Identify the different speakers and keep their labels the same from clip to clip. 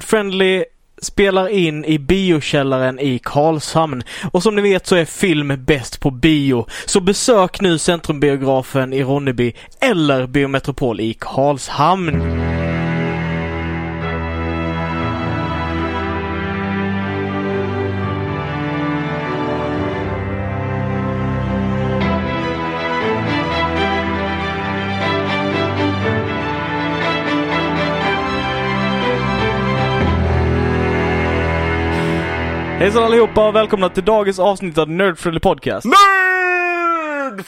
Speaker 1: Nerdfriendly spelar in i biokällaren i Karlshamn. Och som ni vet så är film bäst på bio. Så besök nu Centrumbiografen i Ronneby eller Biometropol i Karlshamn. Hejsan allihopa och välkomna till dagens avsnitt av Nerdfriendly Podcast.
Speaker 2: Nerd!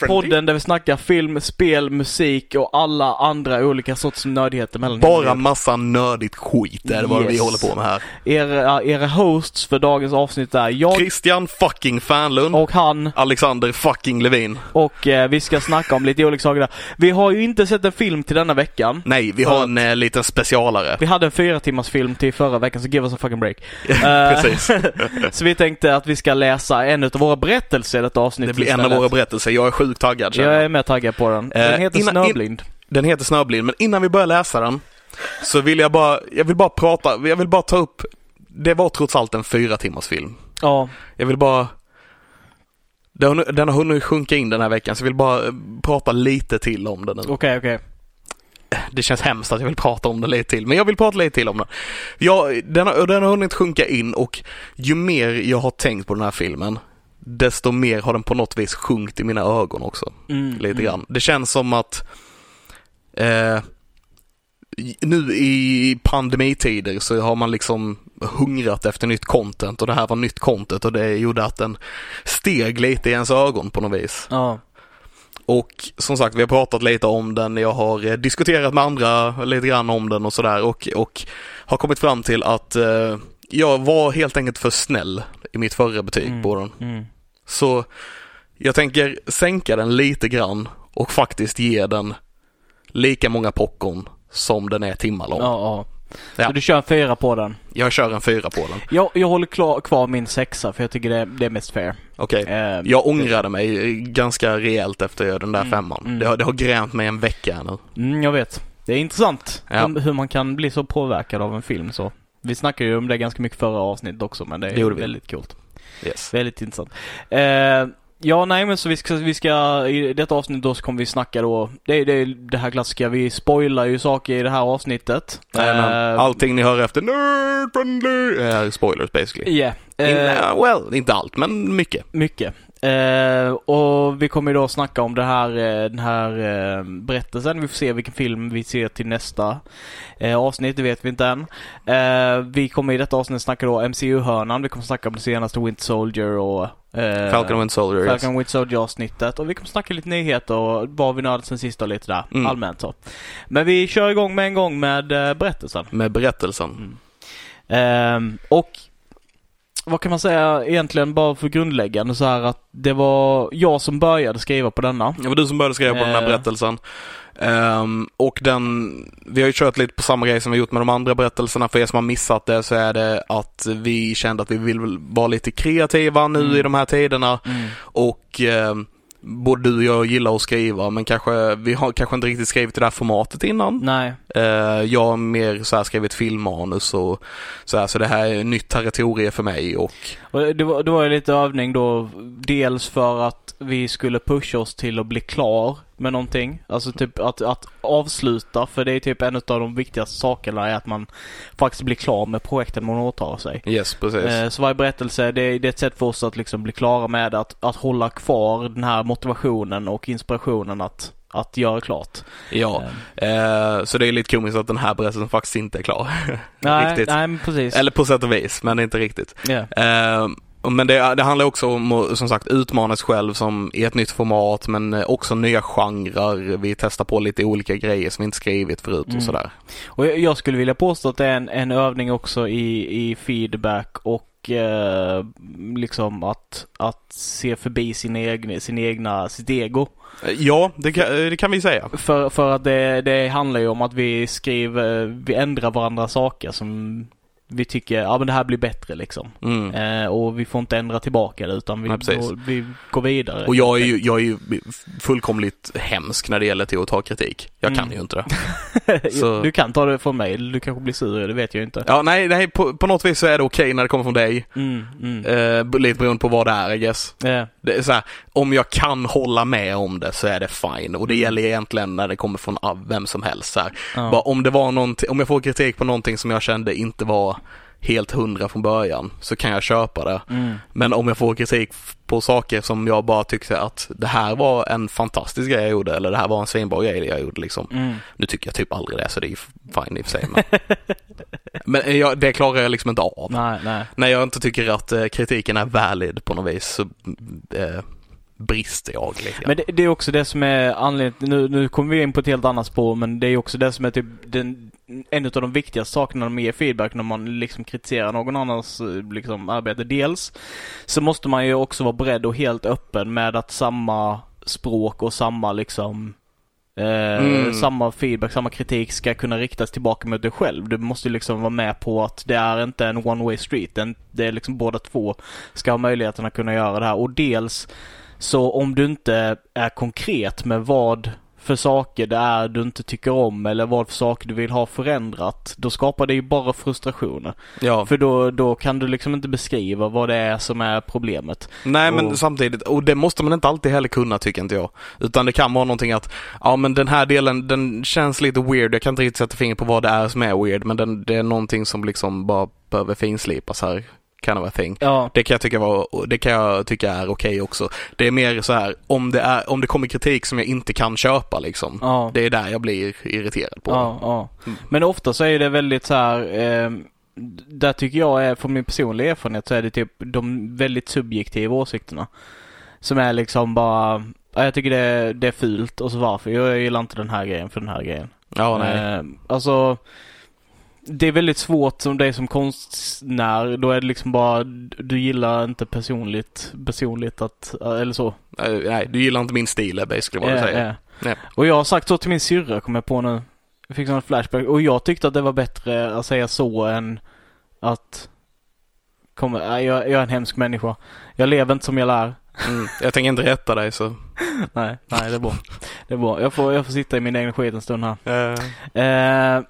Speaker 1: Podden där vi snackar film, spel, musik och alla andra olika sorts nördigheter mellan
Speaker 2: Bara massa nördigt skit det är vad
Speaker 1: Yes.
Speaker 2: vi håller på med här.
Speaker 1: era, eh, era hosts för dagens avsnitt är jag
Speaker 2: Christian fucking Fanlund.
Speaker 1: och han
Speaker 2: Alexander fucking Levin.
Speaker 1: och eh, vi ska snacka om lite olika saker där. Vi har ju inte sett en film till denna veckan.
Speaker 2: Nej, vi
Speaker 1: Ja.
Speaker 2: har en eh, liten specialare.
Speaker 1: Vi hade en fyra timmars film till förra veckan så give us a fucking break. Eh,
Speaker 2: Precis.
Speaker 1: så vi tänkte att vi ska läsa en av våra berättelser i detta avsnitt
Speaker 2: Det blir en av våra berättelser. Jag är sjukt taggad känner
Speaker 1: Jag
Speaker 2: jag.
Speaker 1: är mer taggad på den. Den
Speaker 2: Eh,
Speaker 1: heter
Speaker 2: innan- in-
Speaker 1: Snöblind.
Speaker 2: Den heter Snöblind, men innan vi börjar läsa den så vill jag bara, jag vill bara prata, jag vill bara ta upp, det var trots allt en fyra timmars film.
Speaker 1: Ja.
Speaker 2: Jag vill bara den har nu- den har hunnit sjunka in den här veckan så jag vill bara eh, prata lite till om den nu.
Speaker 1: Okej, okej.
Speaker 2: det känns hemskt att jag vill prata om den lite till, men jag vill prata lite till om den. Jag, den, har, den har hunnit sjunka in och ju mer jag har tänkt på den här filmen, desto mer har den på något vis sjunkit i mina ögon också.
Speaker 1: Mm,
Speaker 2: Lite
Speaker 1: mm.
Speaker 2: grann. Det känns som att eh, i- nu i pandemitider så har man liksom hungrat efter nytt content och det här var nytt content och det gjorde att den steg lite i ens ögon på något vis.
Speaker 1: Ja.
Speaker 2: Och som sagt, vi har pratat lite om den, jag har eh, diskuterat med andra lite grann om den och sådär och, och har kommit fram till att eh, jag var helt enkelt för snäll i mitt förra betyg
Speaker 1: Mm.
Speaker 2: på den.
Speaker 1: Mm.
Speaker 2: Så jag tänker sänka den lite grann och faktiskt ge den lika många popcorn som den är timmar lång.
Speaker 1: Ja, ja.
Speaker 2: Ja.
Speaker 1: Så du kör en fyra på den.
Speaker 2: Jag kör en fyra på den.
Speaker 1: Jag, jag håller klar, kvar min sexa för jag tycker det, det är mest fair.
Speaker 2: Okej.
Speaker 1: Eh,
Speaker 2: Jag ångrade mig eh, ganska rejält efter den där
Speaker 1: Mm.
Speaker 2: femman.
Speaker 1: Mm.
Speaker 2: Det, har, det har grämt mig en vecka här nu.
Speaker 1: mm, jag vet. Det är intressant
Speaker 2: Ja.
Speaker 1: om hur man kan bli så påverkad av en film så. Vi snackade ju om det ganska mycket förra avsnittet också men det är
Speaker 2: Det gjorde vi.
Speaker 1: väldigt coolt.
Speaker 2: Yes.
Speaker 1: Väldigt intressant. Eh, ja, nej men så vi ska, vi ska, i detta avsnitt då så kommer vi snacka då, det är det, är det här klassiska, vi spoilar ju saker i det här avsnittet.
Speaker 2: Jajamän.
Speaker 1: Eh,
Speaker 2: Allting ni hör efter Nerd Friendly är spoilers basically.
Speaker 1: yeah.
Speaker 2: In,
Speaker 1: Eh,
Speaker 2: eh, well, inte allt, men mycket.
Speaker 1: Mycket. Eh, och vi kommer ju då snacka om det här, eh, den här eh, berättelsen. Vi får se vilken film vi ser till nästa eh, avsnitt, det vet vi inte än. Eh, vi kommer i detta avsnitt snacka då MCU-hörnan. Vi kommer snacka om det senaste Winter Soldier och eh,
Speaker 2: Falcon and Winter Soldier. yes.
Speaker 1: Falcon Winter Soldier-avsnittet. Och vi kommer snacka lite nyheter och vad vi nördat sen sist och lite där.
Speaker 2: Mm.
Speaker 1: Allmänt så. Men vi kör igång med en gång med eh, berättelsen.
Speaker 2: Med berättelsen.
Speaker 1: Ehm, och vad kan man säga egentligen bara för grundläggande så här att det var jag som började skriva på denna.
Speaker 2: Det var du som började skriva på den här
Speaker 1: Eh.
Speaker 2: berättelsen. Ehm, och den, vi har ju kört lite på samma grej som vi gjort med de andra berättelserna. För er som har missat det så är det att vi kände att vi vill väl vara lite kreativa nu
Speaker 1: Mm.
Speaker 2: i de här tiderna. Och ehm, både du och jag gillar att skriva men kanske, vi har kanske inte riktigt skrivit i det här formatet innan.
Speaker 1: Nej.
Speaker 2: Eh, jag har mer så här skrivit filmmanus och så här, så det här är nytt territorium för mig och
Speaker 1: Och det, var, det var ju lite övning då. Dels för att vi skulle pusha oss till att bli klar med någonting. Alltså typ att, att avsluta. För det är typ en av de viktigaste sakerna är att man faktiskt blir klar med projekten man åtar sig.
Speaker 2: yes, precis.
Speaker 1: Eh, Så varje berättelse, det, det är ett sätt för oss att liksom bli klara med att, att hålla kvar den här motivationen och inspirationen att, att göra klart.
Speaker 2: ja,
Speaker 1: Eh,
Speaker 2: eh, så det är lite komiskt att den här berättelsen faktiskt inte är klar.
Speaker 1: nej,
Speaker 2: Riktigt.
Speaker 1: nej, men precis.
Speaker 2: Eller på sätt och vis, men inte riktigt.
Speaker 1: Ja.
Speaker 2: Eh, men det, det handlar också om att som sagt utmana sig själv som i ett nytt format men också nya genrer. Vi testar på lite olika grejer som vi inte skrivit förut
Speaker 1: Mm.
Speaker 2: och sådär.
Speaker 1: Och jag, jag skulle vilja påstå att det är en, en övning också i, i feedback och eh, liksom att, att se förbi sin egen, sin egna, sitt ego.
Speaker 2: Eh, Ja, det kan, eh, det kan vi säga.
Speaker 1: För, för att det, det handlar ju om att vi skriver, vi ändrar varandra saker som vi tycker ja men det här blir bättre liksom.
Speaker 2: Mm.
Speaker 1: Eh, och vi får inte ändra tillbaka det utan vi,
Speaker 2: Nej, precis.
Speaker 1: och, vi går vidare.
Speaker 2: Och jag är, ju, jag är ju fullkomligt hemsk när det gäller till att ta kritik. Jag kan
Speaker 1: Mm.
Speaker 2: ju inte det. så-
Speaker 1: Du kan ta det från mig, eller du kanske blir sur, det vet jag inte.
Speaker 2: Ja, nej, nej på, på något vis så är det okej när det kommer från dig.
Speaker 1: Mm, mm.
Speaker 2: Eh, lite beroende på vad det är, I guess.
Speaker 1: Eh,
Speaker 2: Det är så här, om jag kan hålla med om det så är det fine. Och det gäller egentligen när det kommer från av- vem som helst. Så här.
Speaker 1: ja.
Speaker 2: Bara, om, det var någonting- om jag får kritik på någonting som jag kände inte var helt hundra från början så kan jag köpa det.
Speaker 1: Mm.
Speaker 2: Men om jag får kritik f- på saker som jag bara tyckte att det här var en fantastisk grej jag gjorde eller det här var en svinbra grej jag gjorde liksom.
Speaker 1: Mm.
Speaker 2: Nu tycker jag typ aldrig det så det är ju fine i och för sig. Men, men jag, det klarar jag liksom inte av.
Speaker 1: Nej, nej.
Speaker 2: När jag inte tycker att eh, kritiken är valid på något vis så eh, brister jag lite grann.
Speaker 1: Men det, det är också det som är anledningen, nu, nu kommer vi in på ett helt annat spår men det är också det som är typ den, en av de viktigaste sakerna när man ger feedback när man liksom kritiserar någon annans eh, liksom, arbete. Dels så måste man ju också vara beredd och helt öppen med att samma språk och samma liksom Eh,
Speaker 2: Mm.
Speaker 1: Samma feedback, samma kritik ska kunna riktas tillbaka mot dig själv. Du måste ju liksom vara med på att det är inte en one way street. Den- Det är liksom båda två ska ha möjligheten att kunna göra det här. Och dels så om du inte är konkret med vad för saker det är du inte tycker om eller vad för saker du vill ha förändrat. Då skapar det ju bara frustrationer.
Speaker 2: ja.
Speaker 1: För då, då kan du liksom inte beskriva vad det är som är problemet.
Speaker 2: Nej men
Speaker 1: Och-
Speaker 2: samtidigt, och det måste man inte alltid heller kunna tycker inte jag. Utan det kan vara någonting att, ja men den här delen den känns lite weird, jag kan inte riktigt sätta fingret på vad det är som är weird men den, det är någonting som liksom bara behöver finslipas här, kind of a thing.
Speaker 1: Ja.
Speaker 2: Det kan jag tycka, var, det kan jag tycka är okej också. Det är mer så här, om det, är, om det kommer kritik som jag inte kan köpa liksom.
Speaker 1: Ja.
Speaker 2: Det är där jag blir irriterad på.
Speaker 1: Ja, ja.
Speaker 2: Mm.
Speaker 1: Men ofta så är det väldigt så här. ehm, d- där tycker jag, är, från min personliga erfarenhet, så är det typ de väldigt subjektiva åsikterna. Som är liksom bara, "Ja, jag tycker det är, det är fult och så varför? Jag, jag gillar inte den här grejen för den här grejen.
Speaker 2: Ja, nej.
Speaker 1: Ehm, alltså, det är väldigt svårt som dig som konstnär. Då är det liksom bara, du gillar inte personligt, personligt att, eller så.
Speaker 2: Eh, nej, du gillar inte min stil är basically vad
Speaker 1: Ja,
Speaker 2: du säger.
Speaker 1: ja.
Speaker 2: Nej.
Speaker 1: Och jag har sagt så till min syrra kom jag på nu. Jag fick sån här flashback och jag tyckte att det var bättre att säga så än att Kommer, nej, jag, jag är en hemsk människa. Jag lever inte som jag lär.
Speaker 2: Mm. Jag tänker inte rätta dig så.
Speaker 1: Nej, nej det är bra. Det är bra. Jag får, jag får sitta i min egen skit en stund här.
Speaker 2: Eh,
Speaker 1: Eh,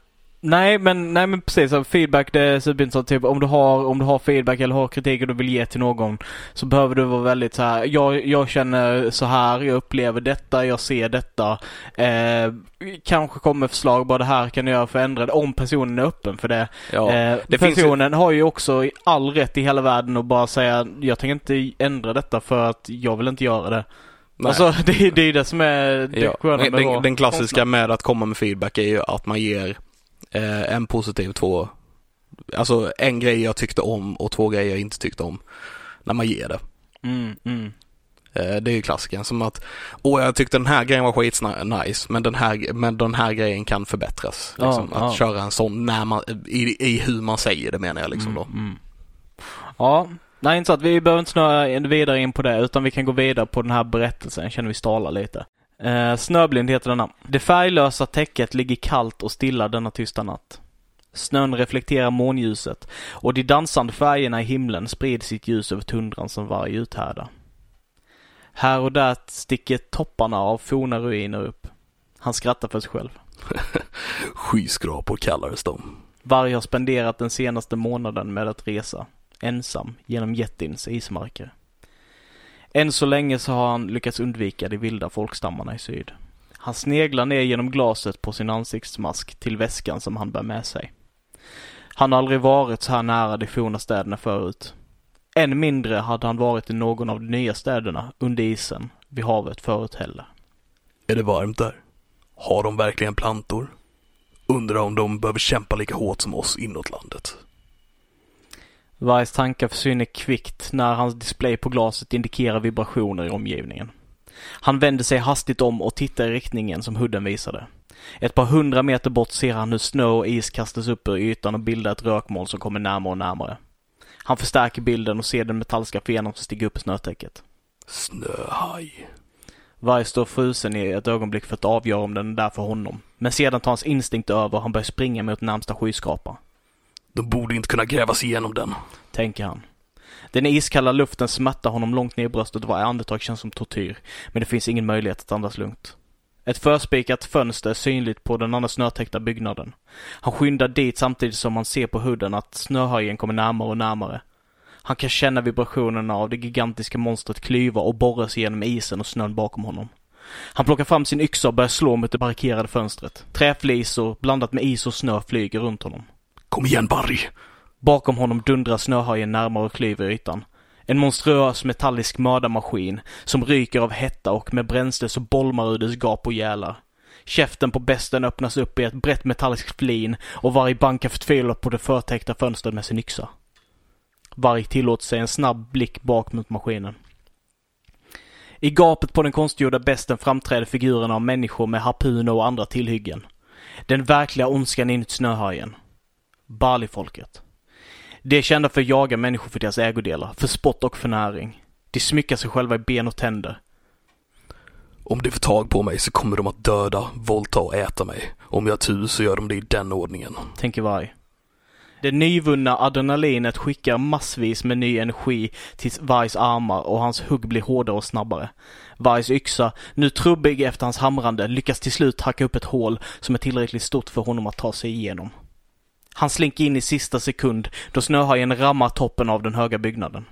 Speaker 1: nej, men, nej men precis. Så Feedback det är superintressant. Typ, om, du har, om du har feedback eller har kritik och du vill ge till någon så behöver du vara väldigt så här. Jag, jag känner så här, jag upplever detta, jag ser detta. Eh, kanske kommer förslag, bara det här kan jag göra för att ändra det. Om personen är öppen för det.
Speaker 2: ja.
Speaker 1: eh,
Speaker 2: det finns ju-
Speaker 1: personen har ju också all rätt i hela världen att bara säga jag tänker inte ändra detta för att jag vill inte göra det.
Speaker 2: nej.
Speaker 1: Alltså det, är- det är det som är det
Speaker 2: Ja.
Speaker 1: sköna med att vara
Speaker 2: Den, den
Speaker 1: konstnär.
Speaker 2: klassiska med att komma med feedback är ju att man ger eh, en positiv, två, alltså en grej jag tyckte om och två grejer jag inte tyckte om. När man ger det.
Speaker 1: Mm, mm.
Speaker 2: Eh, det är ju klassiken som att, åh jag tyckte den här grejen var skitnice, men den här, men den här grejen kan förbättras.
Speaker 1: Ja,
Speaker 2: Liksom. att
Speaker 1: ja.
Speaker 2: köra en sån när man, i, i hur man säger det menar jag liksom då.
Speaker 1: Mm, mm. Ja, nej inte så att vi behöver inte snöa in- vidare in på det utan vi kan gå vidare på den här berättelsen, känner vi stalar lite. Eh, snöblind heter denna. Det färglösa täcket ligger kallt och stilla denna tysta natt. Snön reflekterar månljuset och de dansande färgerna i himlen sprider sitt ljus över tundran som varje uthärda. Här och där sticker topparna av forna ruiner upp. Han skrattar för sig själv.
Speaker 2: Skyskrapor kallades de.
Speaker 1: Varg har spenderat den senaste månaden med att resa, ensam, genom jättins ismarker. Än så länge så har han lyckats undvika de vilda folkstammarna i syd. Han sneglar ner genom glaset på sin ansiktsmask till väskan som han bär med sig. Han har aldrig varit så här nära de forna städerna förut. Än mindre hade han varit i någon av de nya städerna under isen vid havet förut heller.
Speaker 2: Är det varmt där? Har de verkligen plantor? Undrar om de behöver kämpa lika hårt som oss inåt landet.
Speaker 1: Vargs tankar försvinner kvickt när hans display på glaset indikerar vibrationer i omgivningen. Han vänder sig hastigt om och tittar i riktningen som hudden visade. Ett par hundra meter bort ser han hur snö och is kastas upp ur ytan och bildar ett rökmoln som kommer närmare och närmare. Han förstärker bilden och ser den metalliska fenan som stiger upp i snötäcket.
Speaker 2: Snöhaj.
Speaker 1: Varg står frusen i ett ögonblick för att avgöra om den är där för honom. Men sedan tar hans instinkt över och han börjar springa mot närmsta skyskrapa.
Speaker 2: De borde inte kunna gräva sig igenom den.
Speaker 1: tänker han. Den iskalla luften smärtar honom långt ner i bröstet och varje andetag känns som tortyr. Men det finns ingen möjlighet att andas lugnt. Ett förspikat fönster är synligt på den annars snötäckta byggnaden. Han skyndar dit samtidigt som han ser på hudden att snöhöjen kommer närmare och närmare. Han kan känna vibrationerna av det gigantiska monstret klyva och borra sig genom isen och snön bakom honom. Han plockar fram sin yxa och börjar slå mot det barrikerade fönstret. Träflisor blandat med is och snö flyger runt honom.
Speaker 2: Kom igen Barry!
Speaker 1: Bakom honom dundrar snöhajen närmare och klyver ytan. En monstruös metallisk mördarmaskin som ryker av hetta och med bränsle så bolmar ur dess gap och gälar. Käften på besten öppnas upp i ett brett metalliskt flin och varg bankar förtvivlat på det förtäckta fönstret med sin yxa. Varg tillåter sig en snabb blick bak mot maskinen. I gapet på den konstgjorda besten framträder figurerna av människor med harpuner och andra tillhyggen. Den verkliga ondskan inuti snöhajen. Balifolket. De är kända för att jaga människor för deras ägodelar, för spott och förnäring. De smyckar sig själva i ben och tänder.
Speaker 2: Om de får tag på mig så kommer de att döda, våldta och äta mig. Om jag har tur så gör de det i den ordningen.
Speaker 1: tänker varg. Det nyvunna adrenalinet skickar massvis med ny energi till Vargs armar och hans hugg blir hårdare och snabbare. Vargs yxa, nu trubbig efter hans hamrande, lyckas till slut hacka upp ett hål som är tillräckligt stort för honom att ta sig igenom. Han slinker in i sista sekund då snöhajen rammar toppen av den höga byggnaden.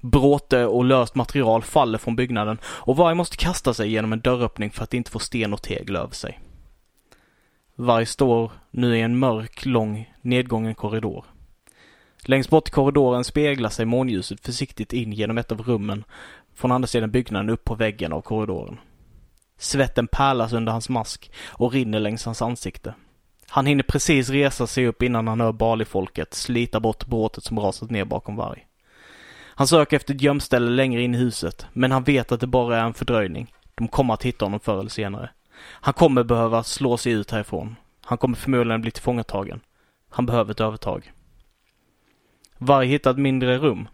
Speaker 1: Bråte och löst material faller från byggnaden och Varg måste kasta sig genom en dörröppning för att inte få sten och tegel över sig. Varg står nu i en mörk, lång, nedgången korridor. Längst bort i korridoren speglar sig månljuset försiktigt in genom ett av rummen från andra sidan byggnaden upp på väggen av korridoren. Svetten pärlas under hans mask och rinner längs hans ansikte. Han hinner precis resa sig upp innan han hör Bali-folket slita bort bråtet som rasat ner bakom Varg. Han söker efter ett gömställe längre in i huset, men han vet att det bara är en fördröjning. De kommer att hitta honom förr eller senare. Han kommer behöva slå sig ut härifrån. Han kommer förmodligen bli tillfångatagen. Han behöver ett övertag. Varg hittar ett mindre rum.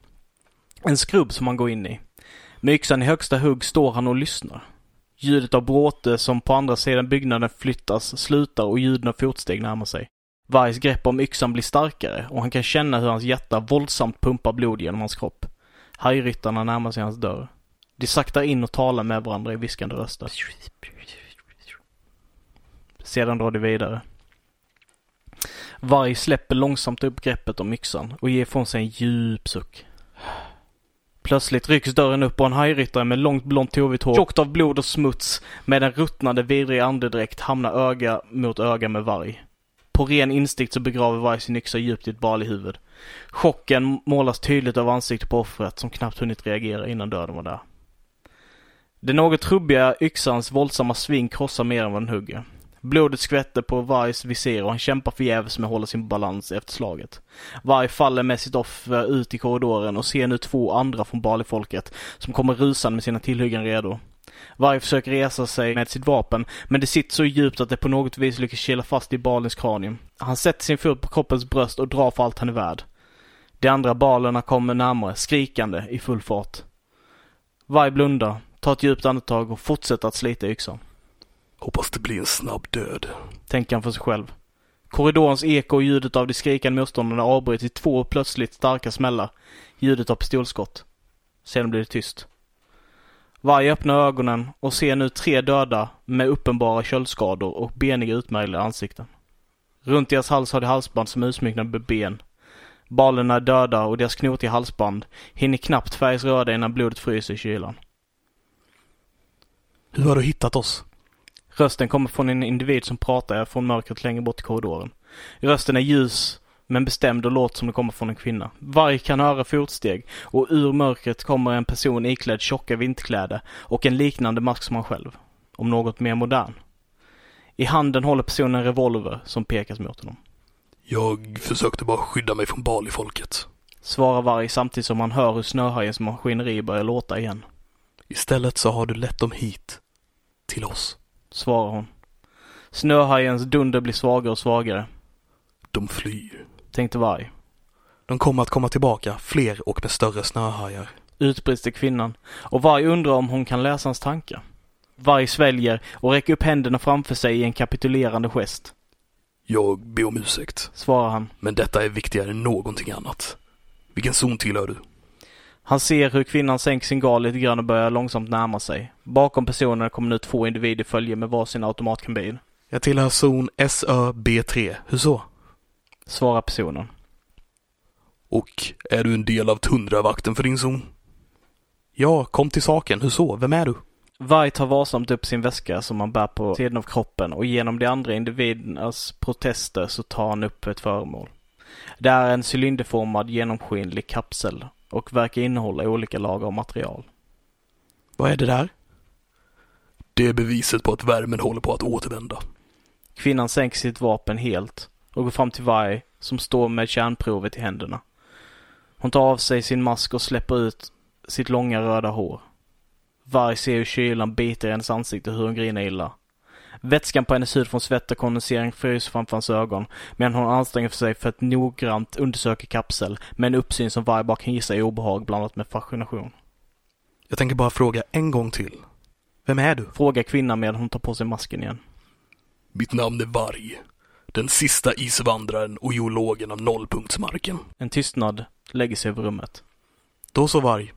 Speaker 1: En skrubb som han går in i. Med yxan i högsta hugg står han och lyssnar. Ljudet av bråte som på andra sidan byggnaden flyttas slutar och ljuden av fotsteg närmar sig. Vargs grepp om yxan blir starkare och han kan känna hur hans hjärta våldsamt pumpar blod genom hans kropp. Hajryttarna närmar sig hans dörr. De saktar in och talar med varandra i viskande röster. Sedan drar de vidare. Varg släpper långsamt upp greppet om yxan och ger ifrån sig en djup suck. Plötsligt rycks dörren upp och en hajryttare med långt blont tovigt hår, tjockt av blod och smuts, med en ruttnande vidrig andedräkt hamnar öga mot öga med varg. På ren instinkt så begraver varg sin yxa djupt i ett bal i huvud. Chocken målas tydligt över ansiktet på offret som knappt hunnit reagera innan döden var där. Den något trubbiga yxans våldsamma sving krossar mer än vad den hugger. Blodet skvätter på Vargs visir och han kämpar förgäves med att hålla sin balans efter slaget. Varg faller med sitt offer ut i korridoren och ser nu två andra från Balifolket som kommer rusan med sina tillhyggen redo. Varg försöker resa sig med sitt vapen, men det sitter så djupt att det på något vis lyckas kila fast i balens kranium. Han sätter sin fot på kroppens bröst och drar för allt han är värd. De andra balerna kommer närmare, skrikande i full fart. Varg blundar, tar ett djupt andetag och fortsätter att slita i yxan
Speaker 2: Hoppas det blir en snabb död.
Speaker 1: tänker han för sig själv. Korridorens eko och ljudet av de skrikande motståndarna avbryts i två plötsligt starka smällar. Ljudet av pistolskott. Sedan blir det tyst. Varg öppnar ögonen och ser nu tre döda med uppenbara köldskador och beniga utmärglade ansikten. Runt deras hals har de halsband som är utsmyckade med ben. Balerna är döda och deras knotiga halsband hinner knappt färgas röda innan blodet fryser i kylan.
Speaker 2: Hur har du hittat oss?
Speaker 1: Rösten kommer från en individ som pratar från mörkret längre bort i korridoren. Rösten är ljus men bestämd och låter som den kommer från en kvinna. Varg kan höra fotsteg och ur mörkret kommer en person iklädd tjocka vinterkläder och en liknande mask som han själv. Om något mer modern. I handen håller personen en revolver som pekas mot honom.
Speaker 2: Jag försökte bara skydda mig från Bali-folket.
Speaker 1: Svarar Varg samtidigt som han hör hur snöhajens maskineri börjar låta igen.
Speaker 2: Istället så har du lett dem hit. Till oss.
Speaker 1: Svarar hon. Snöhajens dunder blir svagare och svagare,
Speaker 2: De flyr.
Speaker 1: tänkte Varg.
Speaker 2: De kommer att komma tillbaka, fler och med större snöhajar.
Speaker 1: utbrister kvinnan och Varg undrar om hon kan läsa hans tankar. Varg sväljer och räcker upp händerna framför sig i en kapitulerande gest.
Speaker 2: Jag ber om ursäkt,
Speaker 1: svarar han.
Speaker 2: men detta är viktigare än någonting annat. Vilken zon tillhör du?
Speaker 1: Han ser hur kvinnan sänker sin gal lite grann och börjar långsamt närma sig. Bakom personerna kommer nu två individer följa med varsin automatkarbin,
Speaker 2: Jag tillhör zon SÖB3. Hur så?
Speaker 1: svarar personen.
Speaker 2: Och är du en del av tundravakten för din zon? Ja, kom till saken. Hur så? Vem är du?
Speaker 1: Varg tar varsamt upp sin väska som han bär på sidan av kroppen och genom de andra individernas protester så tar han upp ett föremål. Det är en cylinderformad genomskinlig kapsel och verkar innehålla olika lager av material.
Speaker 2: Vad är det där? Det är beviset på att värmen håller på att återvända.
Speaker 1: Kvinnan sänker sitt vapen helt och går fram till Varg som står med kärnprovet i händerna. Hon tar av sig sin mask och släpper ut sitt långa röda hår. Varg ser hur kylan biter i hennes ansikte och hur hon grinar illa. Vätskan på hennes hud från svett och kondensering fryser framför hans ögon medan hon anstränger för sig för att noggrant undersöka kapsel med en uppsyn som Varg bara kan gissa är obehag blandat med fascination.
Speaker 2: Jag tänker bara fråga en gång till. Vem är du?
Speaker 1: Frågar kvinnan medan hon tar på sig masken igen.
Speaker 2: Mitt namn är Varg. Den sista isvandraren och geologen av nollpunktsmarken.
Speaker 1: En tystnad lägger sig över rummet.
Speaker 2: Då så Varg.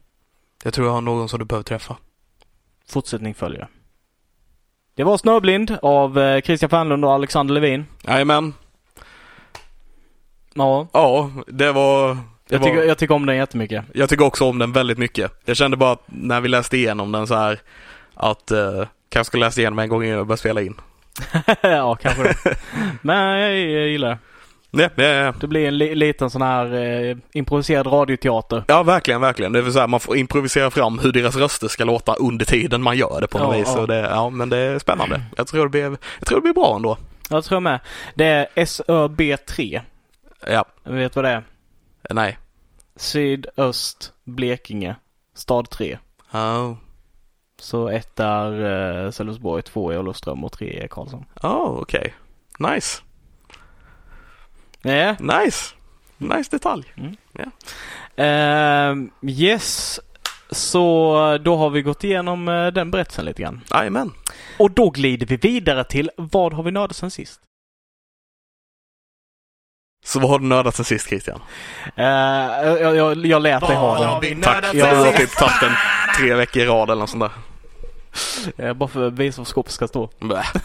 Speaker 2: Jag tror jag har någon som du behöver träffa.
Speaker 1: Fortsättning följer. Det var Snöblind av eh, Christian Fernlund och Alexander Levin.
Speaker 2: Jajamän.
Speaker 1: Ja,
Speaker 2: Ja, det var... Det
Speaker 1: jag,
Speaker 2: var...
Speaker 1: tycker, jag tycker om den jättemycket.
Speaker 2: Jag tycker också om den väldigt mycket. Jag kände bara att när vi läste igenom den så här att eh, kanske ska läsa igenom en gång innan jag börjar spela in.
Speaker 1: ja, kanske det. Men jag, jag gillar det.
Speaker 2: Nej, ja, ja, ja.
Speaker 1: Det blir en li, liten sån här eh, improviserad radioteater.
Speaker 2: ja, verkligen, verkligen. Det är väl så här, man får improvisera fram hur deras röster ska låta under tiden man gör det på något
Speaker 1: Ja,
Speaker 2: vis.
Speaker 1: ja.
Speaker 2: Och det, ja, men det är spännande. Jag tror det blir, jag tror det blir bra ändå.
Speaker 1: Jag tror jag med. Det är SÖB3.
Speaker 2: Ja,
Speaker 1: Vet du vad det är?
Speaker 2: nej.
Speaker 1: Sydöst Blekinge. Stad 3.
Speaker 2: Oh.
Speaker 1: Så ett är eh, Sölvesborg, två är Olofström och tre är Karlsson.
Speaker 2: Oh, okej. Nice.
Speaker 1: Nej.
Speaker 2: Nice. Nice detalj.
Speaker 1: Ehm, yes. Så då har vi gått igenom eh, den berättelsen lite grann.
Speaker 2: Jajamän.
Speaker 1: Och då glider vi vidare till vad har vi nördat sen sist?
Speaker 2: Så vad har du nördat sen sist Christian?
Speaker 1: Eh, jag, jag, jag lät dig ha den.
Speaker 2: Tack.
Speaker 1: sen
Speaker 2: Jag har
Speaker 1: sist?
Speaker 2: typ tagit den tre veckor i rad eller något sånt där.
Speaker 1: Eh, bara för att visa var skåpet ska stå.
Speaker 2: Bäh.
Speaker 1: Ja.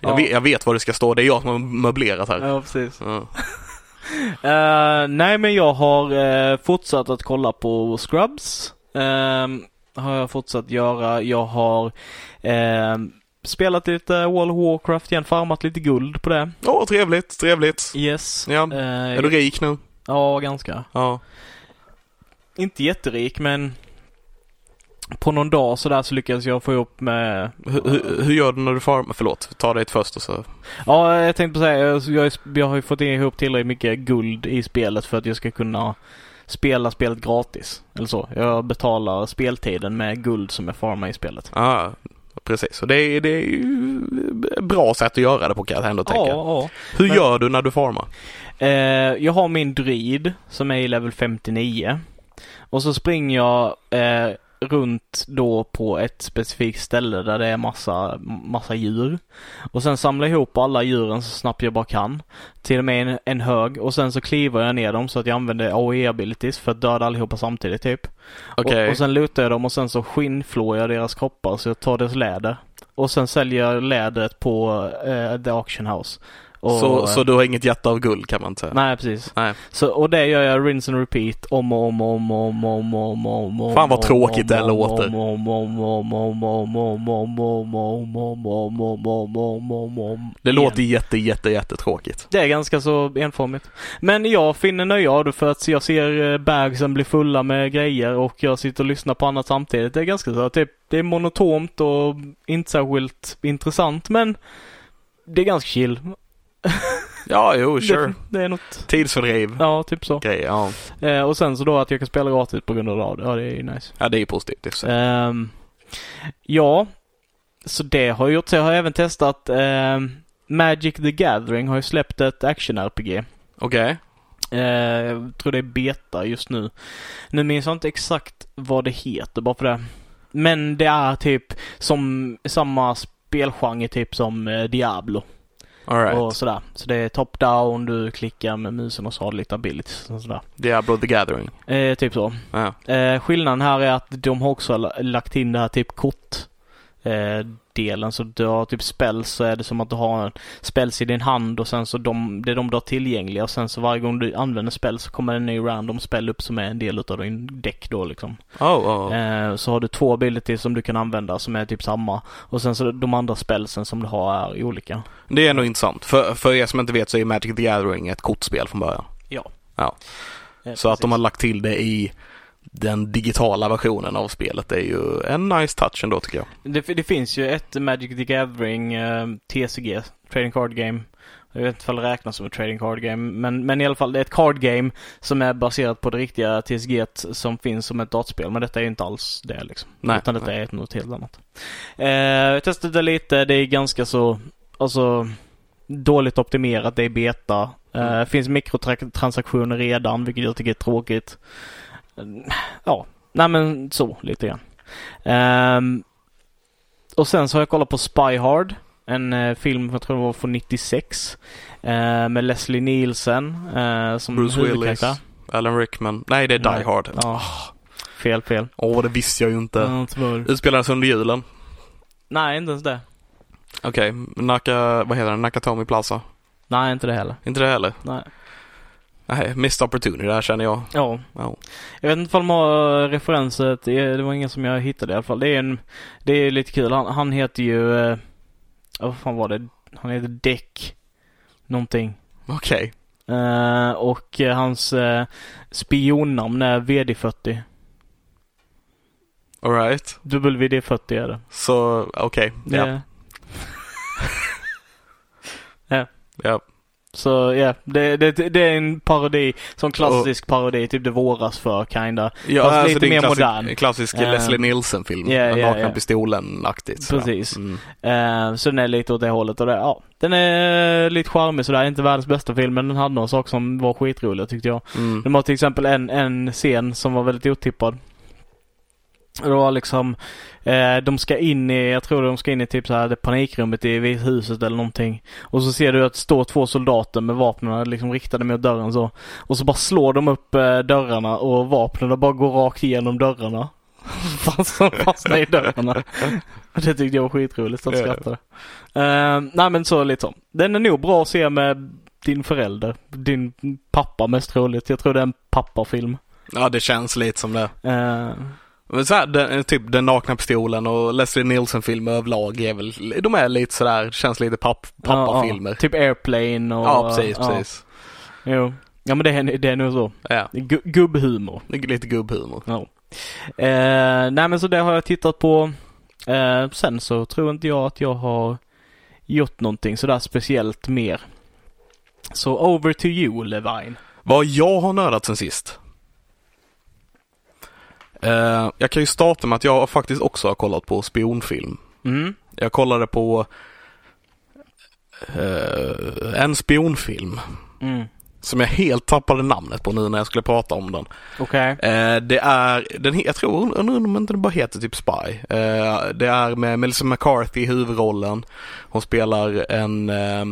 Speaker 2: Jag, vet, jag vet vad det ska stå, det är jag som har möblerat här.
Speaker 1: Ja, precis.
Speaker 2: Ja.
Speaker 1: Eh, nej, men jag har eh, fortsatt att kolla på Scrubs. Ehm, har jag fortsatt göra. Jag har ehm, spelat lite World of Warcraft igen, farmat lite guld på det.
Speaker 2: Åh, trevligt, trevligt.
Speaker 1: Yes.
Speaker 2: Ja.
Speaker 1: Eh,
Speaker 2: Är du rik nu?
Speaker 1: ja, ganska.
Speaker 2: Ja.
Speaker 1: Inte jätterik, men på någon dag sådär så lyckades jag få ihop med
Speaker 2: Hur, hur, hur gör du när du farmar? Förlåt, ta dig ett först och så.
Speaker 1: Ja, jag tänkte på säga, jag, jag, jag har ju fått ihop tillräckligt mycket guld i spelet för att jag ska kunna spela spelet gratis. Eller så. Jag betalar speltiden med guld som jag farmar i spelet.
Speaker 2: Ja, Ah, precis. Och det, är- det är ju ett bra sätt att göra det på kan jag ändå tänka.
Speaker 1: ja.
Speaker 2: Hur
Speaker 1: men-
Speaker 2: gör du när du farmar?
Speaker 1: Eh, jag har min druid som är i level 59. Och så springer jag eh, runt då på ett specifikt ställe där det är massa, massa djur. Och sen samlar jag ihop alla djuren så snabbt jag bara kan. Till och med en, en hög och sen så klivar jag ner dem så att jag använder AOE abilities för att döda allihopa samtidigt typ.
Speaker 2: Okej.
Speaker 1: Och, och sen lutar jag dem och sen så skinnflår jag deras kroppar så jag tar deras läder. Och sen säljer jag lädret på eh, The Auction House. Och, eh,
Speaker 2: Så, så du har inget hjärta av guld kan man säga?
Speaker 1: Nej, precis.
Speaker 2: Nej.
Speaker 1: Så, och det gör jag rinse and repeat om och om och om och om och om och om och om och
Speaker 2: Fan, vad
Speaker 1: om
Speaker 2: tråkigt det här
Speaker 1: om och
Speaker 2: låter.
Speaker 1: om och om och om och om och om och om och om och om och om och om och om och om och om och om
Speaker 2: Det
Speaker 1: igen.
Speaker 2: låter jätte, jätte, jättetråkigt.
Speaker 1: Det är ganska så enformigt. Men jag finner nöje av det för att jag ser eh, bagsen bli fulla med grejer och jag sitter och lyssnar på annat samtidigt. Det är ganska så typ, det är monotont och inte särskilt intressant men det är ganska chill.
Speaker 2: Ja, jo, Oh, sure.
Speaker 1: Det, det är något,
Speaker 2: Tidsfördriv.
Speaker 1: ja typ så.
Speaker 2: Okej, ja.
Speaker 1: Eh, och sen så då att jag kan spela gratis på grund av det. Ja, det är ju nice.
Speaker 2: Ja, det är ju positivt i och för sig.
Speaker 1: Ehm, ja, så det har jag gjort. Så jag har även testat ehm, Magic the Gathering har ju släppt ett action-RPG.
Speaker 2: Okej.
Speaker 1: Eh, jag tror det är beta just nu. Nu minns jag inte exakt vad det heter bara för det. Men det är typ som samma sp- spelgenre typ som eh, Diablo
Speaker 2: All right.
Speaker 1: och sådär. Så det är top-down, du klickar med musen och så har du lite abilities och sådär.
Speaker 2: Diablo the Gathering.
Speaker 1: Eh, typ så.
Speaker 2: Ja.
Speaker 1: Eh, skillnaden här är att de har också la- lagt in det här typ kort eh, delen. Så du har typ spells så är det som att du har en spells i din hand och sen så de, det är de du har tillgängliga och sen så varje gång du använder spell så kommer en ny random spell upp som är en del utav din deck då liksom.
Speaker 2: Oh, oh.
Speaker 1: Eh, så har du två abilities som du kan använda som är typ samma och sen så de andra spelsen som du har är olika.
Speaker 2: Det är nog intressant. För, för er som inte vet så är Magic the Gathering ett kortspel från början.
Speaker 1: Ja.
Speaker 2: Ja.
Speaker 1: Eh,
Speaker 2: Så att
Speaker 1: precis.
Speaker 2: de har lagt till det i den digitala versionen av spelet är ju en nice touch ändå tycker jag.
Speaker 1: Det, det finns ju ett Magic the Gathering eh, TCG, Trading Card Game. Jag vet inte om det räknas som ett trading card game, men, men i alla fall det är ett card game som är baserat på det riktiga TCG et som finns som ett dataspel. Men detta är ju inte alls det liksom.
Speaker 2: Nej,
Speaker 1: Utan detta
Speaker 2: nej.
Speaker 1: är något helt annat. Eh, jag testade det lite, det är ganska så, alltså dåligt optimerat, det är beta. Eh,
Speaker 2: Mm.
Speaker 1: finns mikrotransaktioner redan, vilket jag tycker är tråkigt. Mm, Ja, nej men så lite grann. Ehm, och sen så har jag kollat på Spy Hard. En eh, film, jag tror det var från 96. Eh, med Leslie Nielsen eh, som
Speaker 2: Bruce Willis,
Speaker 1: huvudkaraktär.
Speaker 2: Alan Rickman. Nej, det är Die
Speaker 1: Nej.
Speaker 2: Hard. Åh,
Speaker 1: Ja. Fel, fel.
Speaker 2: det visste jag ju Ah. inte.
Speaker 1: Ja, tyvärr.
Speaker 2: Utspelades under julen.
Speaker 1: Nej, inte ens det.
Speaker 2: Okej, Naka, vad heter den? Nakatomi Plaza.
Speaker 1: Nej, inte det heller.
Speaker 2: Inte det heller?
Speaker 1: Nej.
Speaker 2: Nej, missed opportunity där känner jag.
Speaker 1: Ja.
Speaker 2: Ja.
Speaker 1: Jag vet inte om de har referenser till, eh, det var ingen som jag hittade i alla fall. Det är en, det är lite kul. Han, han heter ju, eh, ja, vad fan var det? Han heter Deck någonting.
Speaker 2: Okej.
Speaker 1: Eh, och eh, hans eh, spionnamn är VD40.
Speaker 2: Alright.
Speaker 1: WD40 är det.
Speaker 2: Så, okej. Ja.
Speaker 1: Det-
Speaker 2: ja.
Speaker 1: Så ja, det, det, det är en parodi, som klassisk parodi, typ det våras för kinda.
Speaker 2: Ja,
Speaker 1: Fast
Speaker 2: alltså
Speaker 1: lite
Speaker 2: det
Speaker 1: mer
Speaker 2: är en klassisk,
Speaker 1: modern.
Speaker 2: en klassisk
Speaker 1: Eh,
Speaker 2: Leslie Nielsen-film.
Speaker 1: ja,
Speaker 2: Den
Speaker 1: ja,
Speaker 2: nakna
Speaker 1: ja.
Speaker 2: pistolen-aktigt. sådär.
Speaker 1: Precis.
Speaker 2: Mm.
Speaker 1: Eh, så den är lite åt det hållet och det, ja. Den är lite charmig sådär, inte världens bästa film men den hade några saker som var skitroliga tyckte jag.
Speaker 2: Mm.
Speaker 1: De har till exempel en, en scen som var väldigt otippad. Det var liksom, eh, de ska in i, jag tror de ska in i typ så här det panikrummet i Vita huset eller någonting. Och så ser du att det står två soldater med vapnen liksom riktade mot dörren så. Och så bara slår de upp eh, dörrarna och vapnen bara går rakt igenom dörrarna. Fast de fastnar i dörrarna. Det tyckte jag var skitroligt, så jag
Speaker 2: Ja, ja.
Speaker 1: skrattade. Eh, nej men så lite så. Den är nog bra att se med din förälder. Din pappa mest troligt. Jag tror det är en pappafilm.
Speaker 2: Ja, det känns lite som det.
Speaker 1: Eh,
Speaker 2: Men så här, den, typ Den nakna pistolen och Leslie Nielsen-filmer överlag är väl, de är lite sådär, känns lite papp,
Speaker 1: ja, ja.
Speaker 2: pappafilmer.
Speaker 1: Typ Airplane och...
Speaker 2: Ja, precis, precis.
Speaker 1: Jo. Ja men det är, det är nog så.
Speaker 2: Ja.
Speaker 1: Gu- gubbhumor.
Speaker 2: Det är lite gubbhumor.
Speaker 1: Ja. Eh, nej men så det har jag tittat på. Eh, sen så tror inte jag att jag har gjort någonting sådär speciellt mer. Så over to you Levine.
Speaker 2: Vad jag har nördat sen sist? Eh, jag kan ju starta med att jag faktiskt också har kollat på spionfilm.
Speaker 1: Mm.
Speaker 2: Jag kollade på eh, en spionfilm
Speaker 1: Mm.
Speaker 2: som jag helt tappade namnet på nu när jag skulle prata om den.
Speaker 1: Okej.
Speaker 2: Eh, det är, den, he- jag tror, undrar om inte den bara heter typ Spy. Eh, det är med Melissa McCarthy i huvudrollen. Hon spelar en, eh,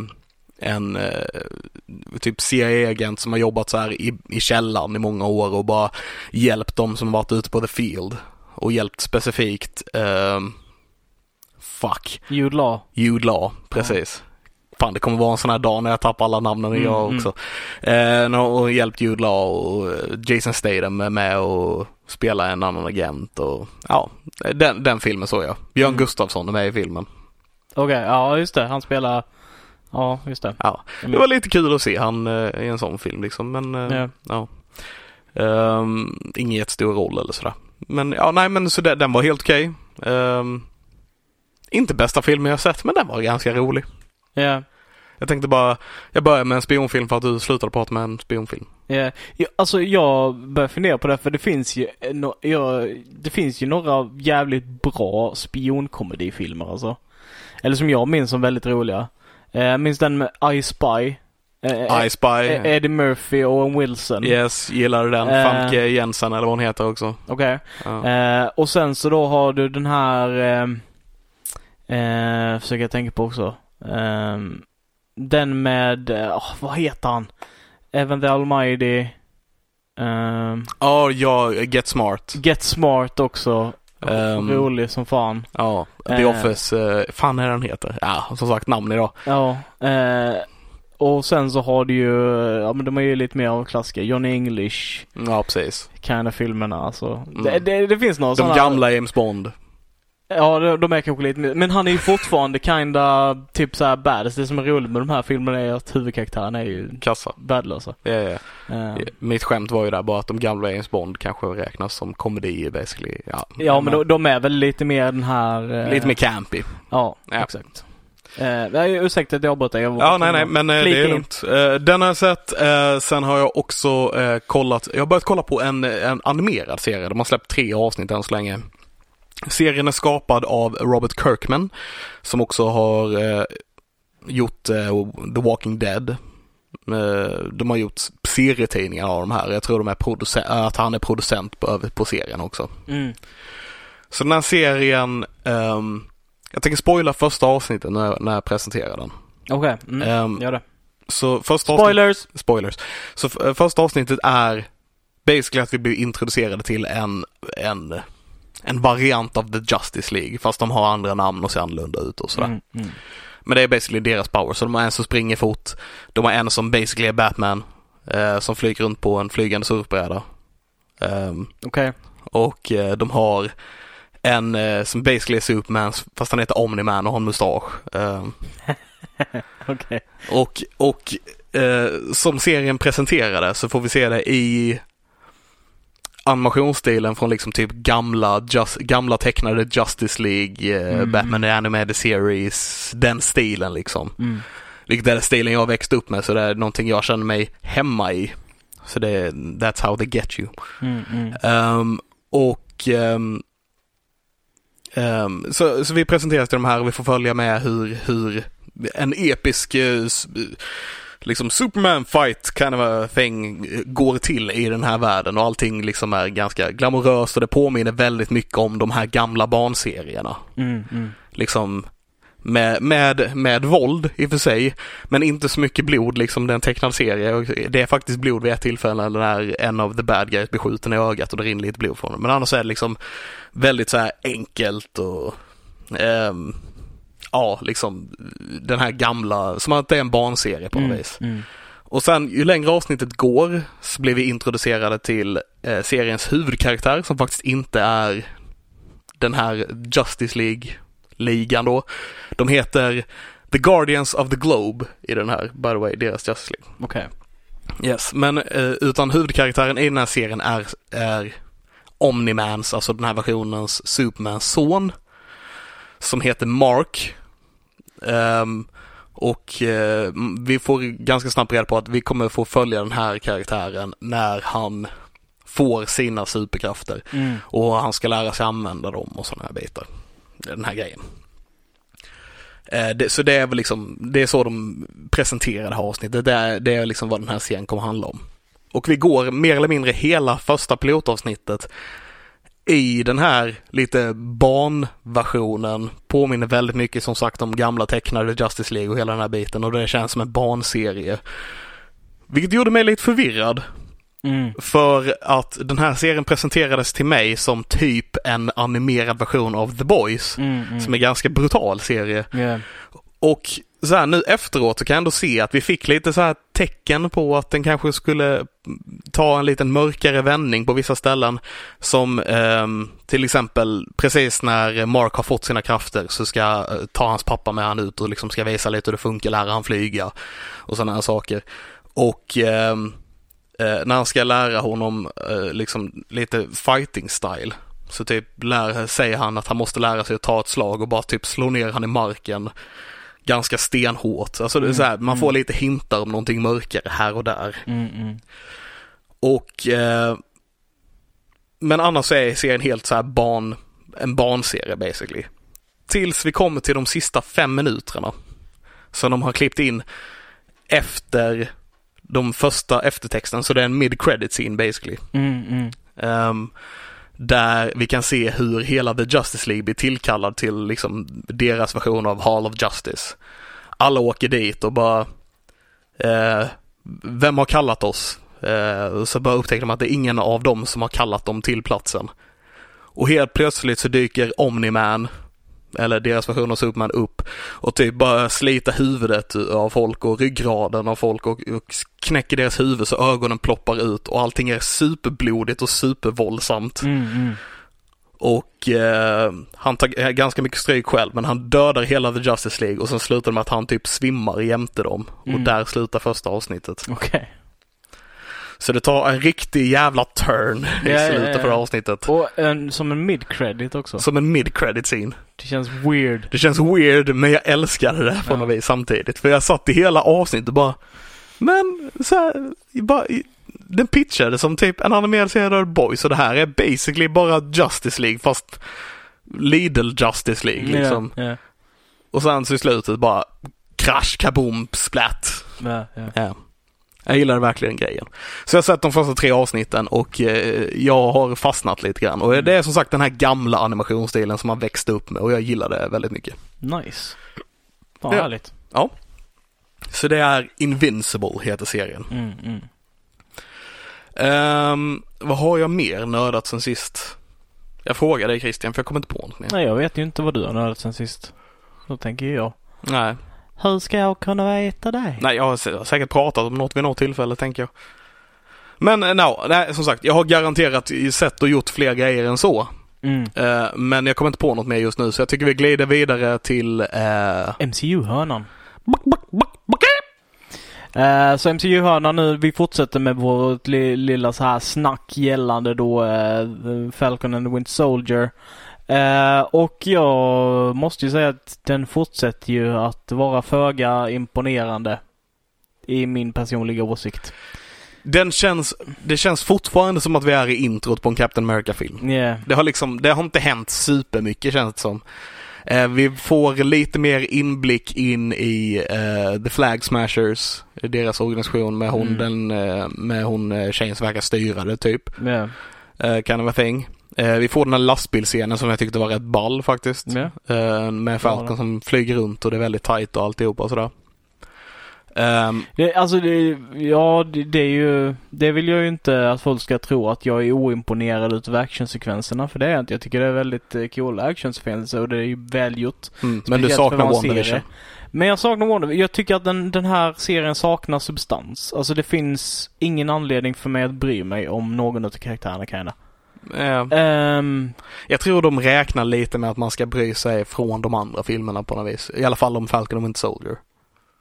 Speaker 2: en eh, typ CIA-agent som har jobbat så här i, i källaren i många år och bara hjälpt dem som varit ute på the field. Och hjälpt specifikt, eh, fuck,
Speaker 1: Jude Law.
Speaker 2: Jude Law, precis. Fan, det kommer vara en sån här dag när jag tappar alla namnen
Speaker 1: Mm,
Speaker 2: jag
Speaker 1: mm.
Speaker 2: också. Eh, nu har hon hjälpt Jude Law och eh, Jason Statham är med och spelar en annan agent och ja, den, den filmen såg jag. Björn
Speaker 1: Mm.
Speaker 2: Gustafsson är med i filmen.
Speaker 1: Okej, ja just det. Han spelar... Ja, just det.
Speaker 2: Ja, det var lite kul att se han eh, i en sån film liksom, men eh,
Speaker 1: Ja.
Speaker 2: ja. Ehm, ingen jättestor roll eller sådär. Men ja, nej men så den, den var helt okej. Ehm, inte bästa filmen jag sett, men den var ganska rolig.
Speaker 1: Ja.
Speaker 2: Jag tänkte bara, jag börjar med en spionfilm för att du slutade prata med en spionfilm.
Speaker 1: Ja, ja, alltså jag börjar fundera på det för det finns ju, eh, no, ja, det finns ju några jävligt bra spionkomedifilmer alltså. Eller som jag minns som väldigt roliga. Eh, Jag minns den med I Spy. Eh,
Speaker 2: I Spy.
Speaker 1: eh, Eddie Murphy och Owen Wilson.
Speaker 2: Yes, gillar den.
Speaker 1: Eh.
Speaker 2: Famke Jensen eller vad hon heter också.
Speaker 1: Okej.
Speaker 2: Ja.
Speaker 1: Eh, och sen så då har du den här eh, ehm, Eh, försöker jag tänka på också. Eh, den med, eh, åh, vad heter han? Even the Almighty. Eh,
Speaker 2: Ja, ja, Get Smart.
Speaker 1: Get Smart också.
Speaker 2: Ehm.
Speaker 1: Rolig som fan.
Speaker 2: Ja, The
Speaker 1: Eh.
Speaker 2: Office. eh, fan är den heter? Ja, som sagt namn idag.
Speaker 1: Ja. Eh, och sen så har du ju, ja men de är ju lite mer av klassiker. Johnny English
Speaker 2: Ja, precis.
Speaker 1: kind of filmerna alltså.
Speaker 2: Mm.
Speaker 1: Det, det, det finns några
Speaker 2: De
Speaker 1: såna-
Speaker 2: gamla James Bond.
Speaker 1: Ja, de, de är kanske lite mer- Men han är ju fortfarande kinda typ såhär badass. Det som är roligt med de här filmerna är att huvudkaraktären är ju
Speaker 2: Kassa.
Speaker 1: värdelösa.
Speaker 2: Ja, ja.
Speaker 1: Eh,
Speaker 2: Mitt skämt var ju där bara att de gamla James Bond kanske räknas som komedier basically. Ja,
Speaker 1: Ja, men de, de är väl lite mer den här... eh,
Speaker 2: Lite mer campy.
Speaker 1: Ja,
Speaker 2: Ja.
Speaker 1: exakt. Eh, nej, ursäkta att jag avbröt dig. Jag var
Speaker 2: Ja, nej,
Speaker 1: tvungen
Speaker 2: nej,
Speaker 1: att
Speaker 2: men eh, det
Speaker 1: flika
Speaker 2: är
Speaker 1: in.
Speaker 2: lugnt. Eh, Den har jag sett. eh, Sen har jag också eh, kollat, jag har börjat kolla på en, en animerad serie. De har släppt tre avsnitt än så länge. Serien är skapad av Robert Kirkman som också har eh, gjort eh, The Walking Dead. Eh, De har gjort serietidningar av de här. Jag tror de är producent, att han är producent på, på serien också.
Speaker 1: Mm.
Speaker 2: Så den här serien, ehm, jag tänker spoila första avsnittet när, jag- när jag presenterar den.
Speaker 1: Okej, mm.
Speaker 2: Ehm,
Speaker 1: gör det.
Speaker 2: så första avsnittet-
Speaker 1: Spoilers!
Speaker 2: spoilers. Så f- eh, första avsnittet är basically att vi blir introducerade till en, en, en variant av The Justice League fast de har andra namn och ser annorlunda ut och sådär.
Speaker 1: Mm, mm.
Speaker 2: Men det är basically deras power. Så de har en som springer fort, de har en som basically är Batman eh, som flyger runt på en flygande surfbräda. Ehm,
Speaker 1: Okej.
Speaker 2: och eh, de har en eh, som basically är Superman fast han heter Omni-Man och har en mustasch. Ehm,
Speaker 1: Okej.
Speaker 2: och, och eh, som serien presenterade så får vi se det i animationsstilen från liksom typ gamla, just, gamla tecknade Justice League, eh,
Speaker 1: Mm.
Speaker 2: Batman the Animated Series, den stilen liksom.
Speaker 1: Mm.
Speaker 2: Vilket är den stilen jag växte upp med så det är någonting jag känner mig hemma i. Så det är, that's how they get you.
Speaker 1: Mm, mm.
Speaker 2: Ehm, och ehm, ehm, så, så vi presenteras till de här och vi får följa med hur, hur en episk eh, s- liksom Superman fight kind of a thing eh, går till i den här världen och allting liksom är ganska glamoröst och det påminner väldigt mycket om de här gamla barnserierna.
Speaker 1: Mm, mm.
Speaker 2: Liksom med, med, med våld i och för sig, men inte så mycket blod liksom. Det är en tecknad serie. Och Det är faktiskt blod vid ett tillfälle när en av the bad guys blir skjuten i ögat och det rinner lite blod från honom. Men annars är det liksom väldigt så här enkelt och ehm, ja, liksom den här gamla, som att det är en barnserie på något
Speaker 1: Mm,
Speaker 2: vis.
Speaker 1: Mm.
Speaker 2: Och sen ju längre avsnittet går så blir vi introducerade till eh, seriens huvudkaraktär som faktiskt inte är den här Justice League-ligan då. De heter The Guardians of the Globe i den här, by the way, deras Justice League.
Speaker 1: Okej.
Speaker 2: Yes, men eh, utan huvudkaraktären i den här serien är, är Omnimans, alltså den här versionens Supermans son. Som heter Mark. Ehm, och eh, vi får ganska snabbt reda på att vi kommer få följa den här karaktären när han får sina superkrafter.
Speaker 1: Mm.
Speaker 2: Och han ska lära sig använda dem och sådana här bitar. Den här grejen. Eh, det, så det är väl liksom, det är så de presenterar det här avsnittet. Det är, det är liksom vad den här serien kommer handla om. Och vi går mer eller mindre hela första pilotavsnittet i den här lite barnversionen. Påminner väldigt mycket som sagt om gamla tecknade Justice League och hela den här biten och det känns som en barnserie. Vilket gjorde mig lite förvirrad.
Speaker 1: Mm.
Speaker 2: För att den här serien presenterades till mig som typ en animerad version av The Boys.
Speaker 1: Mm. Mm.
Speaker 2: Som är en ganska brutal serie.
Speaker 1: Yeah.
Speaker 2: Och så här nu efteråt så kan jag ändå se att vi fick lite så här tecken på att den kanske skulle ta en liten mörkare vändning på vissa ställen. Som ehm, till exempel precis när Mark har fått sina krafter så ska eh, ta hans pappa med han ut och liksom ska visa lite hur det funkar, lära han flyga och sådana här saker. Och ehm, eh, när han ska lära honom eh, liksom lite fighting style så typ lär, säger han att han måste lära sig att ta ett slag och bara typ slå ner han i marken ganska stenhårt. Alltså det är så här, man får lite hintar om någonting mörkare här och där.
Speaker 1: Mm. Mm.
Speaker 2: Och eh, Men annars så är serien helt så här barn, en barnserie basically. Tills vi kommer till de sista fem minuterna. Som de har klippt in efter de första eftertexten, så det är en mid credit scene basically.
Speaker 1: Mm. Mm.
Speaker 2: Ehm, Där vi kan se hur hela The Justice League blir tillkallad till liksom deras version av Hall of Justice. Alla åker dit och bara eh, Vem har kallat oss? Eh, och så bara upptäcker de att det är ingen av dem som har kallat dem till platsen. Och helt plötsligt så dyker Omni-Man, eller deras version av Superman, upp och typ bara slita huvudet av folk och ryggraden av folk och, och knäcker deras huvud så ögonen ploppar ut och allting är superblodigt och supervåldsamt.
Speaker 1: Mm, mm.
Speaker 2: Och eh, han tar eh, ganska mycket stryk själv men han dödar hela The Justice League och sen slutar det med att han typ svimmar jämte dem. Och
Speaker 1: Mm.
Speaker 2: där slutar första avsnittet.
Speaker 1: Okej.
Speaker 2: Så det tar en riktig jävla turn
Speaker 1: Ja,
Speaker 2: i
Speaker 1: ja,
Speaker 2: slutet
Speaker 1: ja.
Speaker 2: på det här avsnittet.
Speaker 1: Och en, som en mid-credit också.
Speaker 2: Som en mid-credit scene.
Speaker 1: Det känns weird.
Speaker 2: Det känns weird men jag älskade det på
Speaker 1: Ja.
Speaker 2: något vis samtidigt. För jag satt i hela avsnittet och bara Men så här, bara, den pitchade som typ en animerad serie där Boys och det här är basically bara Justice League fast Lidl Justice League liksom.
Speaker 1: Ja, ja,
Speaker 2: Och sen så i slutet bara krasch, kaboom, splatt.
Speaker 1: ja, ja.
Speaker 2: Ja. Jag gillade verkligen grejen. Så jag har sett de första tre avsnitten och eh, jag har fastnat lite grann. Och det är som sagt den här gamla animationsstilen som man växte upp med och jag gillar det väldigt mycket.
Speaker 1: Nice. Fan,
Speaker 2: Ja.
Speaker 1: härligt.
Speaker 2: Så det är Invincible heter serien.
Speaker 1: Mm, mm.
Speaker 2: Ehm, vad har jag mer nördat sen sist? Jag frågar dig Christian för jag kommer inte på något mer.
Speaker 1: Nej, jag vet ju inte vad du har nördat sen sist. Då tänker ju jag.
Speaker 2: Nej.
Speaker 1: Hur ska jag kunna veta dig?
Speaker 2: Nej, jag har sä- jag har säkert pratat om något vid något tillfälle tänker jag. Men eh, no, nej, som sagt, jag har garanterat i- sett och gjort fler grejer än så.
Speaker 1: Mm.
Speaker 2: Eh, men jag kommer inte på något mer just nu så jag tycker vi glider vidare till... eh,
Speaker 1: MCU-hörnan. Eh, Så MCU-hörnan nu, vi fortsätter med vårt li- lilla så här snack gällande då eh, The Falcon and the Winter Soldier. Eh, och jag måste ju säga att den fortsätter ju att vara föga imponerande. I min personliga åsikt.
Speaker 2: Den känns, det känns fortfarande som att vi är i introt på en Captain America-film.
Speaker 1: Yeah.
Speaker 2: Det har liksom, det har inte hänt supermycket känns det som. Eh, vi får lite mer inblick in i eh, The Flag Smashers, deras organisation med hon,
Speaker 1: Mm.
Speaker 2: den, eh, med hon eh, tjejen som verkar styra det typ.
Speaker 1: Yeah.
Speaker 2: Eh, kind of a thing. Eh, vi får den här lastbilscenen som jag tyckte var rätt ball faktiskt.
Speaker 1: Yeah.
Speaker 2: Eh, med Falcon
Speaker 1: Ja.
Speaker 2: som flyger runt och det är väldigt tajt och alltihopa och sådär. Ehm,
Speaker 1: Det, alltså det, ja det, det är ju, det vill jag ju inte att folk ska tro att jag är oimponerad utav actionsekvenserna för det är jag inte. Jag tycker det är väldigt eh, coola actionsekvenser och det är ju välgjort.
Speaker 2: mm, men du
Speaker 1: Speciellt för
Speaker 2: saknar
Speaker 1: vad man ser
Speaker 2: WandaVision.
Speaker 1: det. Men jag saknar WandaVision. Jag tycker att den, den här serien saknar substans. Alltså det finns ingen anledning för mig att bry mig om någon av karaktärerna kan jag
Speaker 2: Eh,
Speaker 1: um,
Speaker 2: Jag tror de räknar lite med att man ska bry sig från de andra filmerna på något vis. I alla fall om Falcon och Winter Soldier.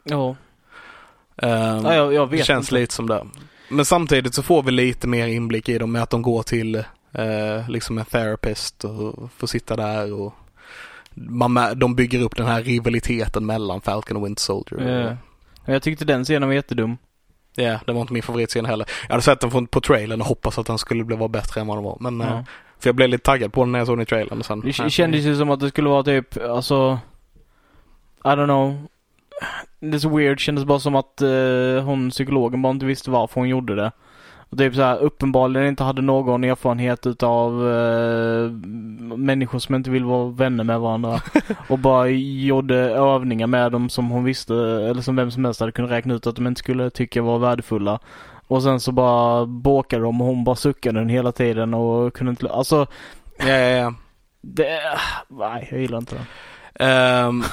Speaker 1: ja.
Speaker 2: Ehm,
Speaker 1: ja, jag, jag vet
Speaker 2: det känns
Speaker 1: inte.
Speaker 2: lite som det. Men samtidigt så får vi lite mer inblick i dem med att de går till eh, liksom en therapist och får sitta där och man, mä- de bygger upp den här rivaliteten mellan Falcon och Winter Soldier.
Speaker 1: Ja. Men Eh, Jag tyckte den scenen var jättedum.
Speaker 2: Ja, det var inte min favoritscen heller. Jag hade sett den från- på trailern och hoppas att den skulle bli vara bättre än vad den var. Men, eh,
Speaker 1: Ja.
Speaker 2: För jag blev lite taggad på den när jag såg den i trailern. och Sen,
Speaker 1: Det k- kändes ju som att det skulle vara typ, alltså... I don't know. Det är så weird. Kändes bara som att eh, hon, psykologen, bara inte visste varför hon gjorde det. Och typ så här, uppenbarligen inte hade någon erfarenhet utav eh, människor som inte vill vara vänner med varandra. och bara gjorde övningar med dem som hon visste, eller som vem som helst hade kunnat räkna ut att de inte skulle tycka var värdefulla. Och sen så bara bråkade de och hon bara suckade den hela tiden och kunde inte... Alltså,
Speaker 2: Ja, ja, ja.
Speaker 1: det... Nej, jag gillar inte den.
Speaker 2: Ehm,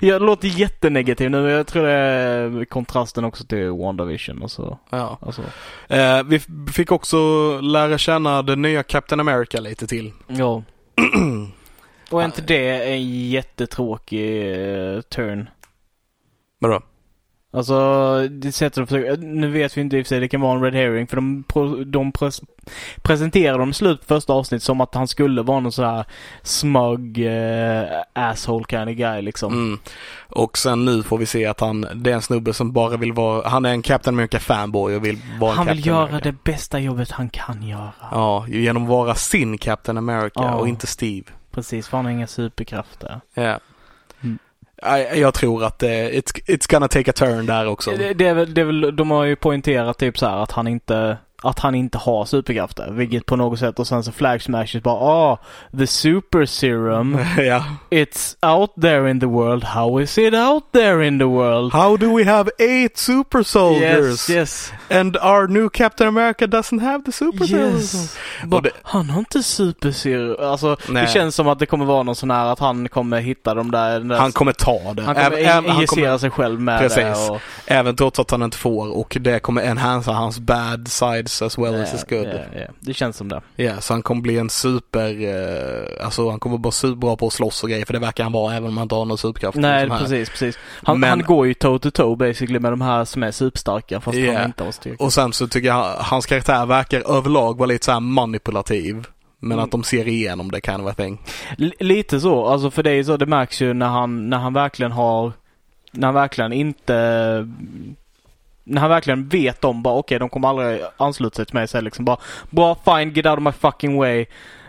Speaker 1: Jag låter jättenegativ nu men jag tror det är kontrasten också till WandaVision och så.
Speaker 2: ja.
Speaker 1: Alltså,
Speaker 2: Eh, vi f- fick också lära känna den nya Captain America lite till.
Speaker 1: ja. och är inte det en jättetråkig eh, turn?
Speaker 2: Vadå?
Speaker 1: Alltså, det sättet de försöker... Nu vet vi inte i och för sig, det kan vara en red herring för de, pro- de pres, presenterade dem i slutet på första avsnittet som att han skulle vara någon så här smug eh, asshole kind of guy liksom.
Speaker 2: Mm. Och sen nu får vi se att han, det är en snubbe som bara vill vara, han är en Captain America fanboy och vill vara en
Speaker 1: Han vill
Speaker 2: Captain
Speaker 1: göra
Speaker 2: America.
Speaker 1: det bästa jobbet han kan göra.
Speaker 2: Ja, genom att vara sin Captain America
Speaker 1: Ja.
Speaker 2: och inte Steve.
Speaker 1: Precis, för han har inga superkrafter.
Speaker 2: Ja.
Speaker 1: Mm.
Speaker 2: Jag, jag tror att eh, it's, it's gonna take a turn där också.
Speaker 1: Det, det, är väl, det är väl, de har ju poängterat typ så här att han inte att han inte har superkrafter. Vilket på något sätt och sen så flag smashes bara ah, the super serum.
Speaker 2: ja.
Speaker 1: It's out there in the world. How is it out there in the world?
Speaker 2: How do we have eight super
Speaker 1: Yes,
Speaker 2: soldiers?
Speaker 1: yes.
Speaker 2: And our new Captain America doesn't have the super soldiers?
Speaker 1: Yes. Bara,
Speaker 2: Och det-
Speaker 1: Han har inte superserum. Alltså, det
Speaker 2: Nej.
Speaker 1: känns som att det kommer vara någon sån här att han kommer hitta de där... Den där
Speaker 2: Han kommer ta det.
Speaker 1: han kommer
Speaker 2: Även- även-
Speaker 1: in-
Speaker 2: han
Speaker 1: injicera
Speaker 2: kommer-
Speaker 1: sig själv med
Speaker 2: Precis.
Speaker 1: det. Och,
Speaker 2: Även trots att han inte får och det kommer enhansa hans bad sides as well as his good.
Speaker 1: Ja, ja, ja. Det känns som det.
Speaker 2: Ja, så han kommer bli en super, eh, alltså han kommer vara superbra på att slåss och grejer för det verkar han vara även om han inte har någon superkraft.
Speaker 1: Nej,
Speaker 2: Som här.
Speaker 1: precis, precis. Han,
Speaker 2: Men-
Speaker 1: han går ju toe to toe basically med de här som är superstarka fast
Speaker 2: Yeah.
Speaker 1: han inte har styrka.
Speaker 2: Och sen så tycker jag han- hans karaktär verkar överlag vara lite så här manipulativ. Men
Speaker 1: Mm.
Speaker 2: att de ser igenom det kind of a thing.
Speaker 1: L- lite så, alltså för det är ju så, det märks ju när han, när han verkligen har, när han verkligen inte, när han verkligen vet om bara okej de kommer aldrig ansluta sig till mig så är det liksom bara bra fine get out of my fucking way.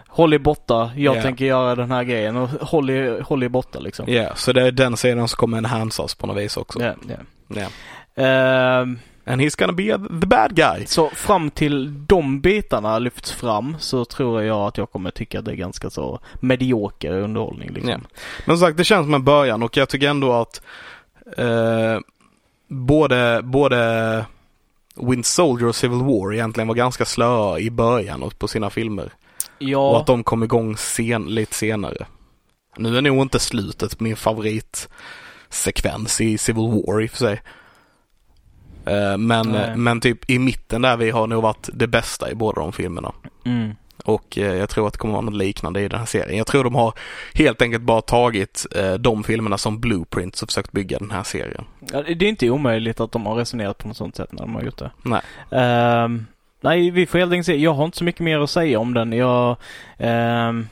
Speaker 1: Håll er borta, jag
Speaker 2: Yeah.
Speaker 1: tänker göra den här grejen och håll er, håll er borta liksom.
Speaker 2: Ja, så det är den sidan som kommer enhancas på något vis också.
Speaker 1: Yeah, yeah.
Speaker 2: Ja.
Speaker 1: Ehm,
Speaker 2: And he's gonna be a, the bad guy.
Speaker 1: Så fram till de bitarna lyfts fram så tror jag att jag kommer tycka att det är ganska så medioker underhållning. Liksom.
Speaker 2: Ja. Men som sagt, det känns som en början och jag tycker ändå att eh, både, både Wind Soldier och Civil War egentligen var ganska slöa i början och på sina filmer. Och
Speaker 1: Ja,
Speaker 2: att de kom igång sen, lite senare. Nu är nog inte slutet min favoritsekvens i Civil War i och för sig. Eh, Men,
Speaker 1: Nej.
Speaker 2: men typ i mitten där vi har nog varit det bästa i båda de filmerna.
Speaker 1: mm.
Speaker 2: Och eh, jag tror att det kommer vara något liknande i den här serien. Jag tror de har helt enkelt bara tagit eh, de filmerna som blueprints och försökt bygga den här serien.
Speaker 1: Ja, det är inte omöjligt att de har resonerat på något sånt sätt när de har gjort det.
Speaker 2: Nej.
Speaker 1: Ehm, nej, vi får helt enkelt se. Jag har inte så mycket mer att säga om den. Jag... ehm,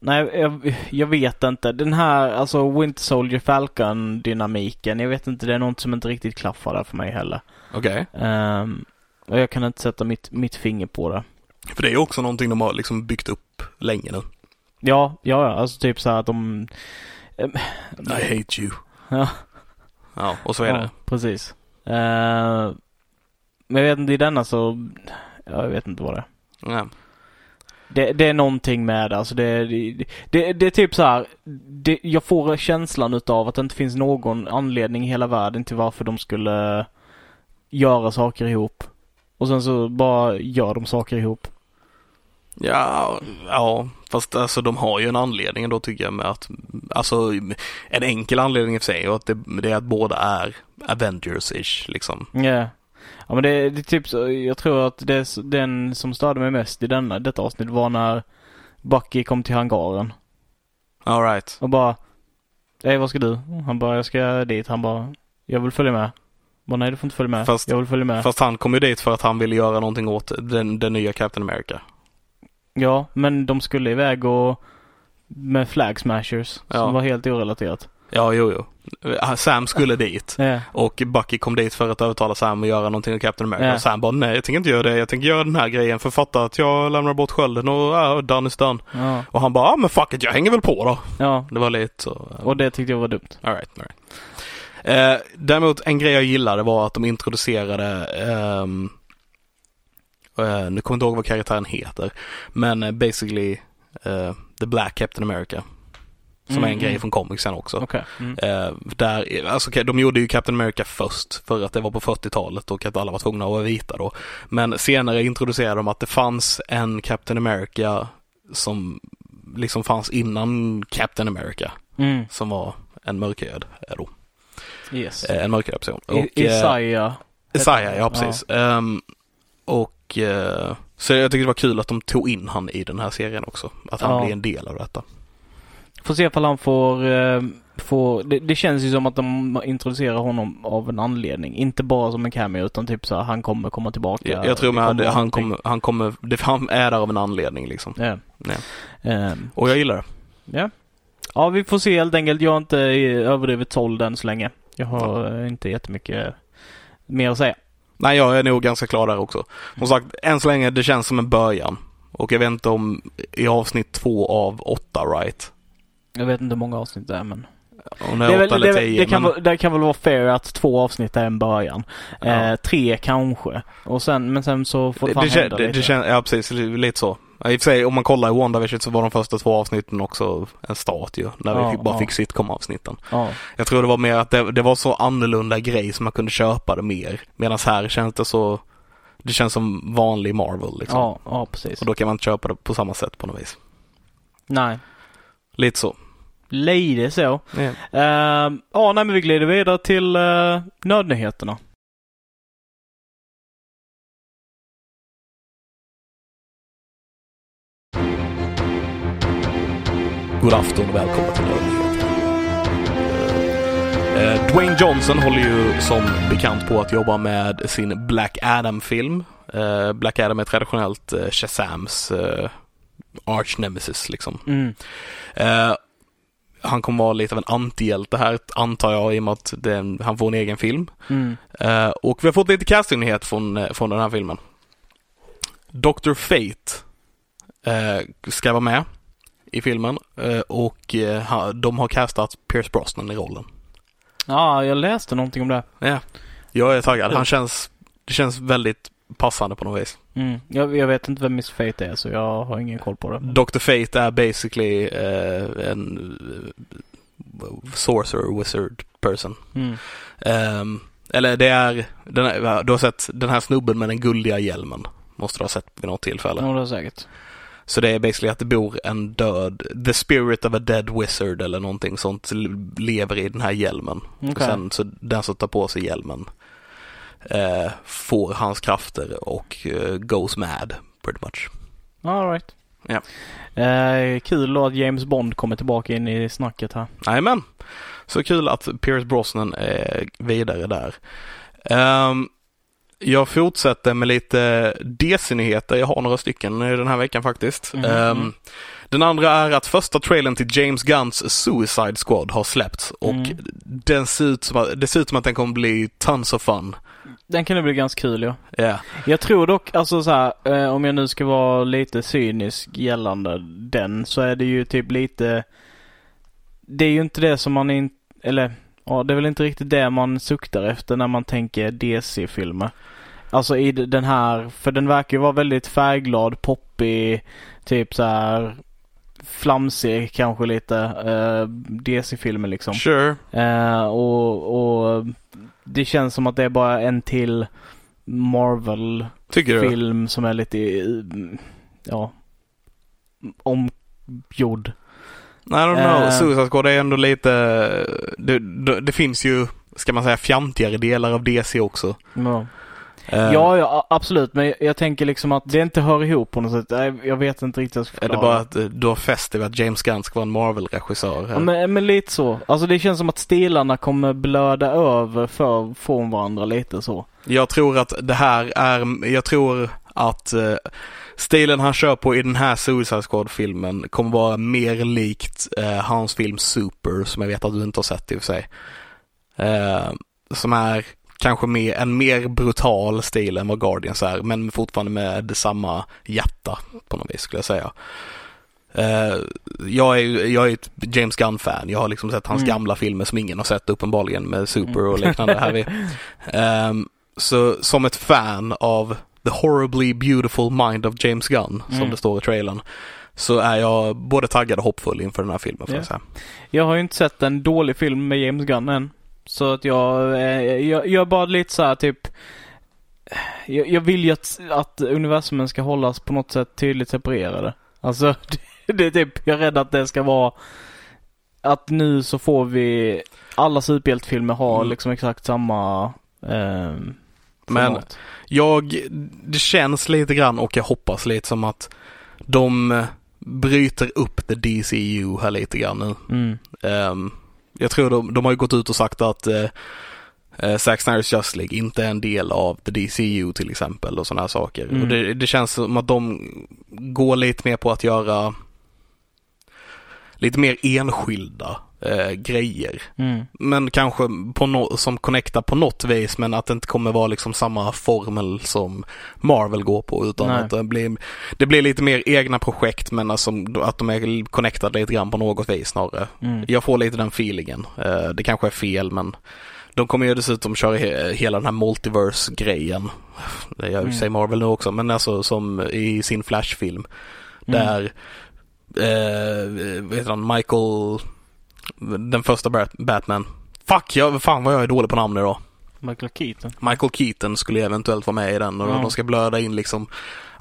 Speaker 1: nej, jag, jag vet inte. Den här, alltså Winter Soldier Falcon dynamiken. Jag vet inte, det är något som inte riktigt klaffar där för mig heller.
Speaker 2: Okej.
Speaker 1: Ehm, och jag kan inte sätta mitt, mitt finger på det.
Speaker 2: För det är ju också någonting de har liksom byggt upp länge nu.
Speaker 1: Ja, ja, ja, alltså typ så här att de...
Speaker 2: I hate you.
Speaker 1: Ja.
Speaker 2: Ja, och så är
Speaker 1: ja,
Speaker 2: det.
Speaker 1: Precis. Ehm, men jag vet inte, i denna så... Ja, jag vet inte vad det är.
Speaker 2: Ja.
Speaker 1: Det, det är någonting med det, alltså det, det, det, det är typ så här. Det, jag får känslan utav att det inte finns någon anledning i hela världen till varför de skulle göra saker ihop. Och sen så bara gör de saker ihop.
Speaker 2: Ja, ja, fast alltså de har ju en anledning då tycker jag med att, alltså en enkel anledning i och för sig är att det, det är att båda är Avengers-ish liksom.
Speaker 1: Ja. Ja men det, det är typ så, jag tror att det, är s- den som störde mig mest i denna, detta avsnitt var när Bucky kom till hangaren
Speaker 2: Alright.
Speaker 1: och bara Ey vad ska du? Han bara, jag ska dit. Han bara, jag vill följa med. Jag Bara, nej du får inte följa med.
Speaker 2: Fast-
Speaker 1: jag vill följa med.
Speaker 2: Fast han kom ju dit för att han ville göra någonting åt den, den nya Captain America.
Speaker 1: Ja, men de skulle iväg och med flag smashers
Speaker 2: Ja.
Speaker 1: som var helt orelaterat.
Speaker 2: Ja, jo, jo. Eh, Sam skulle dit
Speaker 1: Ja,
Speaker 2: och Bucky kom dit för att övertala Sam att göra någonting åt Captain America.
Speaker 1: Ja.
Speaker 2: Och Sam bara, nej jag tänker inte göra det. Jag tänker göra den här grejen för fatta att jag lämnar bort skölden och uh, done is done.
Speaker 1: ja,
Speaker 2: Och han bara, ah, men fuck it, jag hänger väl på då.
Speaker 1: ja.
Speaker 2: Det var lite så. eh,
Speaker 1: Och det tyckte jag var dumt.
Speaker 2: All right, all right. Eh, däremot en grej jag gillade var att de introducerade, ehm, eh, nu kommer jag inte ihåg vad karaktären heter, men eh, basically eh, The Black Captain America. Som är en
Speaker 1: Mm,
Speaker 2: grej
Speaker 1: mm.
Speaker 2: från comicsen också.
Speaker 1: Okej. Mm.
Speaker 2: Eh, där, alltså, okej, de gjorde ju Captain America först för att det var på 40-talet och att alla var tvungna att vara vita då. Men senare introducerade de att det fanns en Captain America som liksom fanns innan Captain America
Speaker 1: Mm.
Speaker 2: som var en mörkhyad eh, då.
Speaker 1: Yes.
Speaker 2: Eh, En mörkhyad person.
Speaker 1: I,
Speaker 2: eh,
Speaker 1: Isaiah.
Speaker 2: Isaiah, ja precis. Ehm, och eh, så jag tycker det var kul att de tog in han i den här serien också. Att han
Speaker 1: Ja.
Speaker 2: blir en del av detta.
Speaker 1: Får se ifall han får, eh, får det, det känns ju som att de introducerar honom av en anledning. Inte bara som en cameo utan typ så här, han kommer komma tillbaka.
Speaker 2: jag, jag tror
Speaker 1: Det
Speaker 2: med att han
Speaker 1: någonting.
Speaker 2: kommer, han kommer, det, han är där av en anledning liksom.
Speaker 1: Ja.
Speaker 2: Nej.
Speaker 1: Ehm,
Speaker 2: Och jag gillar det.
Speaker 1: ja. Ja, vi får se helt enkelt. Jag har inte eh, överdrivet såld än så länge. Jag har eh, inte jättemycket mer att säga.
Speaker 2: Nej, jag är nog ganska klar där också. Som sagt, än så länge det känns som en början. Och jag vet inte om i avsnitt två av åtta, right?
Speaker 1: Jag vet inte hur många avsnitt det är men.
Speaker 2: Om det
Speaker 1: Det, är
Speaker 2: är
Speaker 1: väl,
Speaker 2: åtta eller
Speaker 1: det,
Speaker 2: tio.
Speaker 1: det, kan,
Speaker 2: men,
Speaker 1: vara- det kan väl vara fair att två avsnitt är en början.
Speaker 2: Ja.
Speaker 1: Eh, tre kanske. Och sen, men sen så får det
Speaker 2: det,
Speaker 1: fan
Speaker 2: det, kän-
Speaker 1: hända
Speaker 2: det,
Speaker 1: lite.
Speaker 2: det känns, ja precis, li- lite så. Ja, I och för sig, om man kollar i WandaVision så var de första två avsnitten också en start ju. När
Speaker 1: Ja,
Speaker 2: vi fick, bara
Speaker 1: ja.
Speaker 2: fick sitcom-avsnitten.
Speaker 1: ja.
Speaker 2: Jag tror det var mer att det, det var så annorlunda grej som man kunde köpa det mer. Medan här känns det så, det känns som vanlig Marvel liksom.
Speaker 1: ja, ja, precis.
Speaker 2: Och då kan man inte köpa det på samma sätt på något vis.
Speaker 1: Nej.
Speaker 2: Lite så.
Speaker 1: Lite så. Eh, ja, nej men vi glider vidare till eh, nödnyheterna.
Speaker 2: God afton och välkomna till Nördnyheter. Eh, Dwayne Johnson håller ju som bekant på att jobba med sin Black Adam-film. Eh, Black Adam är traditionellt eh, Shazams eh, arch nemesis liksom.
Speaker 1: Mm.
Speaker 2: Eh, han kommer vara lite av en antihjälte här antar jag i och med att det är en, han får en egen film.
Speaker 1: Mm.
Speaker 2: Eh, och vi har fått lite castingnyhet från, eh, från den här filmen. Dr. Fate eh, ska vara med i filmen eh, och eh, ha- de har castat Pierce Brosnan i rollen.
Speaker 1: Ja, jag läste någonting om det.
Speaker 2: Ja, jag är taggad. Han känns, det känns väldigt passande på något vis.
Speaker 1: Mm. Jag, jag vet inte vem Miss Fate är så jag har ingen koll på det.
Speaker 2: Dr. Fate är basically eh, en eh, sorcerer, wizard person.
Speaker 1: Mm.
Speaker 2: Ehm, eller det är, den här, du har sett den här snubben med den guldiga hjälmen. Måste du ha sett vid något tillfälle.
Speaker 1: Ja, det är säkert.
Speaker 2: Så det är basically att det bor en död, the spirit of a dead wizard eller någonting sånt lever i den här hjälmen. Och
Speaker 1: Okej.
Speaker 2: sen så den som tar på sig hjälmen eh, får hans krafter och eh, goes mad pretty much.
Speaker 1: All right.
Speaker 2: Ja.
Speaker 1: Eh, kul då att James Bond kommer tillbaka in i snacket här.
Speaker 2: Jajamän. Så kul att Pierce Brosnan är vidare där. Ehm, jag fortsätter med lite DC-nyheter. Jag har några stycken den här veckan faktiskt.
Speaker 1: Mhm.
Speaker 2: Ehm, den andra är att första trailern till James Gunns Suicide Squad har släppts och
Speaker 1: Mm.
Speaker 2: den ser ut som att, det ser ut som att den kommer bli tons of fun.
Speaker 1: Den kan det bli ganska kul ja.
Speaker 2: Ja.
Speaker 1: Jag tror dock, alltså så här, eh, om jag nu ska vara lite cynisk gällande den så är det ju typ lite Det är ju inte det som man in, eller ja, det är väl inte riktigt det man suktar efter när man tänker DC-filmer. Alltså i d- den här, för den verkar ju vara väldigt färgglad, poppig, typ så här flamsig kanske lite, eh, DC-filmer liksom.
Speaker 2: Sure.
Speaker 1: Eh, och, och det känns som att det är bara en till Marvel-film
Speaker 2: Tycker du?
Speaker 1: som är lite, mm, ja, omgjord.
Speaker 2: I don't know.
Speaker 1: Eh.
Speaker 2: Suicide Squad är ändå lite, det, det, det finns ju, ska man säga, fjantigare delar av DC också.
Speaker 1: Ja.
Speaker 2: Eh,
Speaker 1: ja, ja, a- absolut. Men jag tänker liksom att det inte hör ihop på något sätt. Nej, Jag vet inte riktigt hur jag ska
Speaker 2: Är det
Speaker 1: förklara.
Speaker 2: bara att eh, du har fäst dig vid att James Gunn ska vara en Marvel-regissör?
Speaker 1: Ja, men, men lite så. Alltså det känns som att stilarna kommer blöda över för, från varandra lite så.
Speaker 2: Jag tror att det här är, jag tror att eh, stilen han kör på i den här Suicide Squad-filmen kommer vara mer likt eh, hans film Super, som jag vet att du inte har sett i och för sig. Eh, som är kanske mer, en mer brutal stil än vad Guardians är, men fortfarande med samma hjärta på något vis skulle jag säga. Eh, jag är ju jag är ett James Gunn-fan. Jag har liksom sett hans
Speaker 1: Mm.
Speaker 2: gamla filmer som ingen har sett uppenbarligen med Super och liknande. här vi. Ehm, så som ett fan av The Horribly Beautiful Mind of James Gunn,
Speaker 1: Mm.
Speaker 2: som det står i trailern, så är jag både taggad och hoppfull inför den här filmen. Får
Speaker 1: Ja.
Speaker 2: jag säga.
Speaker 1: Jag har ju inte sett en dålig film med James Gunn än. Så att jag, eh, jag, jag är bara lite så här typ jag, jag vill ju att, att universumen ska hållas på något sätt tydligt separerade. Alltså, det, det är typ, jag är rädd att det ska vara att nu så får vi alla superhjältefilmer ha
Speaker 2: Mm.
Speaker 1: liksom exakt samma eh,
Speaker 2: Men
Speaker 1: format.
Speaker 2: jag, det känns lite grann och jag hoppas lite som att de eh, bryter upp the DCU här lite grann nu.
Speaker 1: Mm.
Speaker 2: Ehm, jag tror de, de har ju gått ut och sagt att eh, eh, Zack Snyder's Just League inte är en del av The DCU till exempel och sådana här saker.
Speaker 1: Mm.
Speaker 2: Och det, det känns som att de går lite mer på att göra lite mer enskilda eh, grejer.
Speaker 1: Mm.
Speaker 2: Men kanske på nå- som connectar på något vis men att det inte kommer vara liksom samma formel som Marvel går på utan
Speaker 1: Nej.
Speaker 2: att det blir, det blir lite mer egna projekt men alltså, att de är connectade lite grann på något vis snarare.
Speaker 1: Mm.
Speaker 2: Jag får lite den feelingen. Eh, Det kanske är fel men de kommer ju dessutom köra he- hela den här multiverse-grejen. Det gör ju sig Marvel nu också men alltså som i sin Flash-film.
Speaker 1: Mm.
Speaker 2: Där, eh, vad heter han, Michael, den första Bat- Batman. Fuck, jag, fan vad jag är dålig på namn idag.
Speaker 1: Michael Keaton.
Speaker 2: Michael Keaton skulle ju eventuellt vara med i den och
Speaker 1: Ja.
Speaker 2: de ska blöda in liksom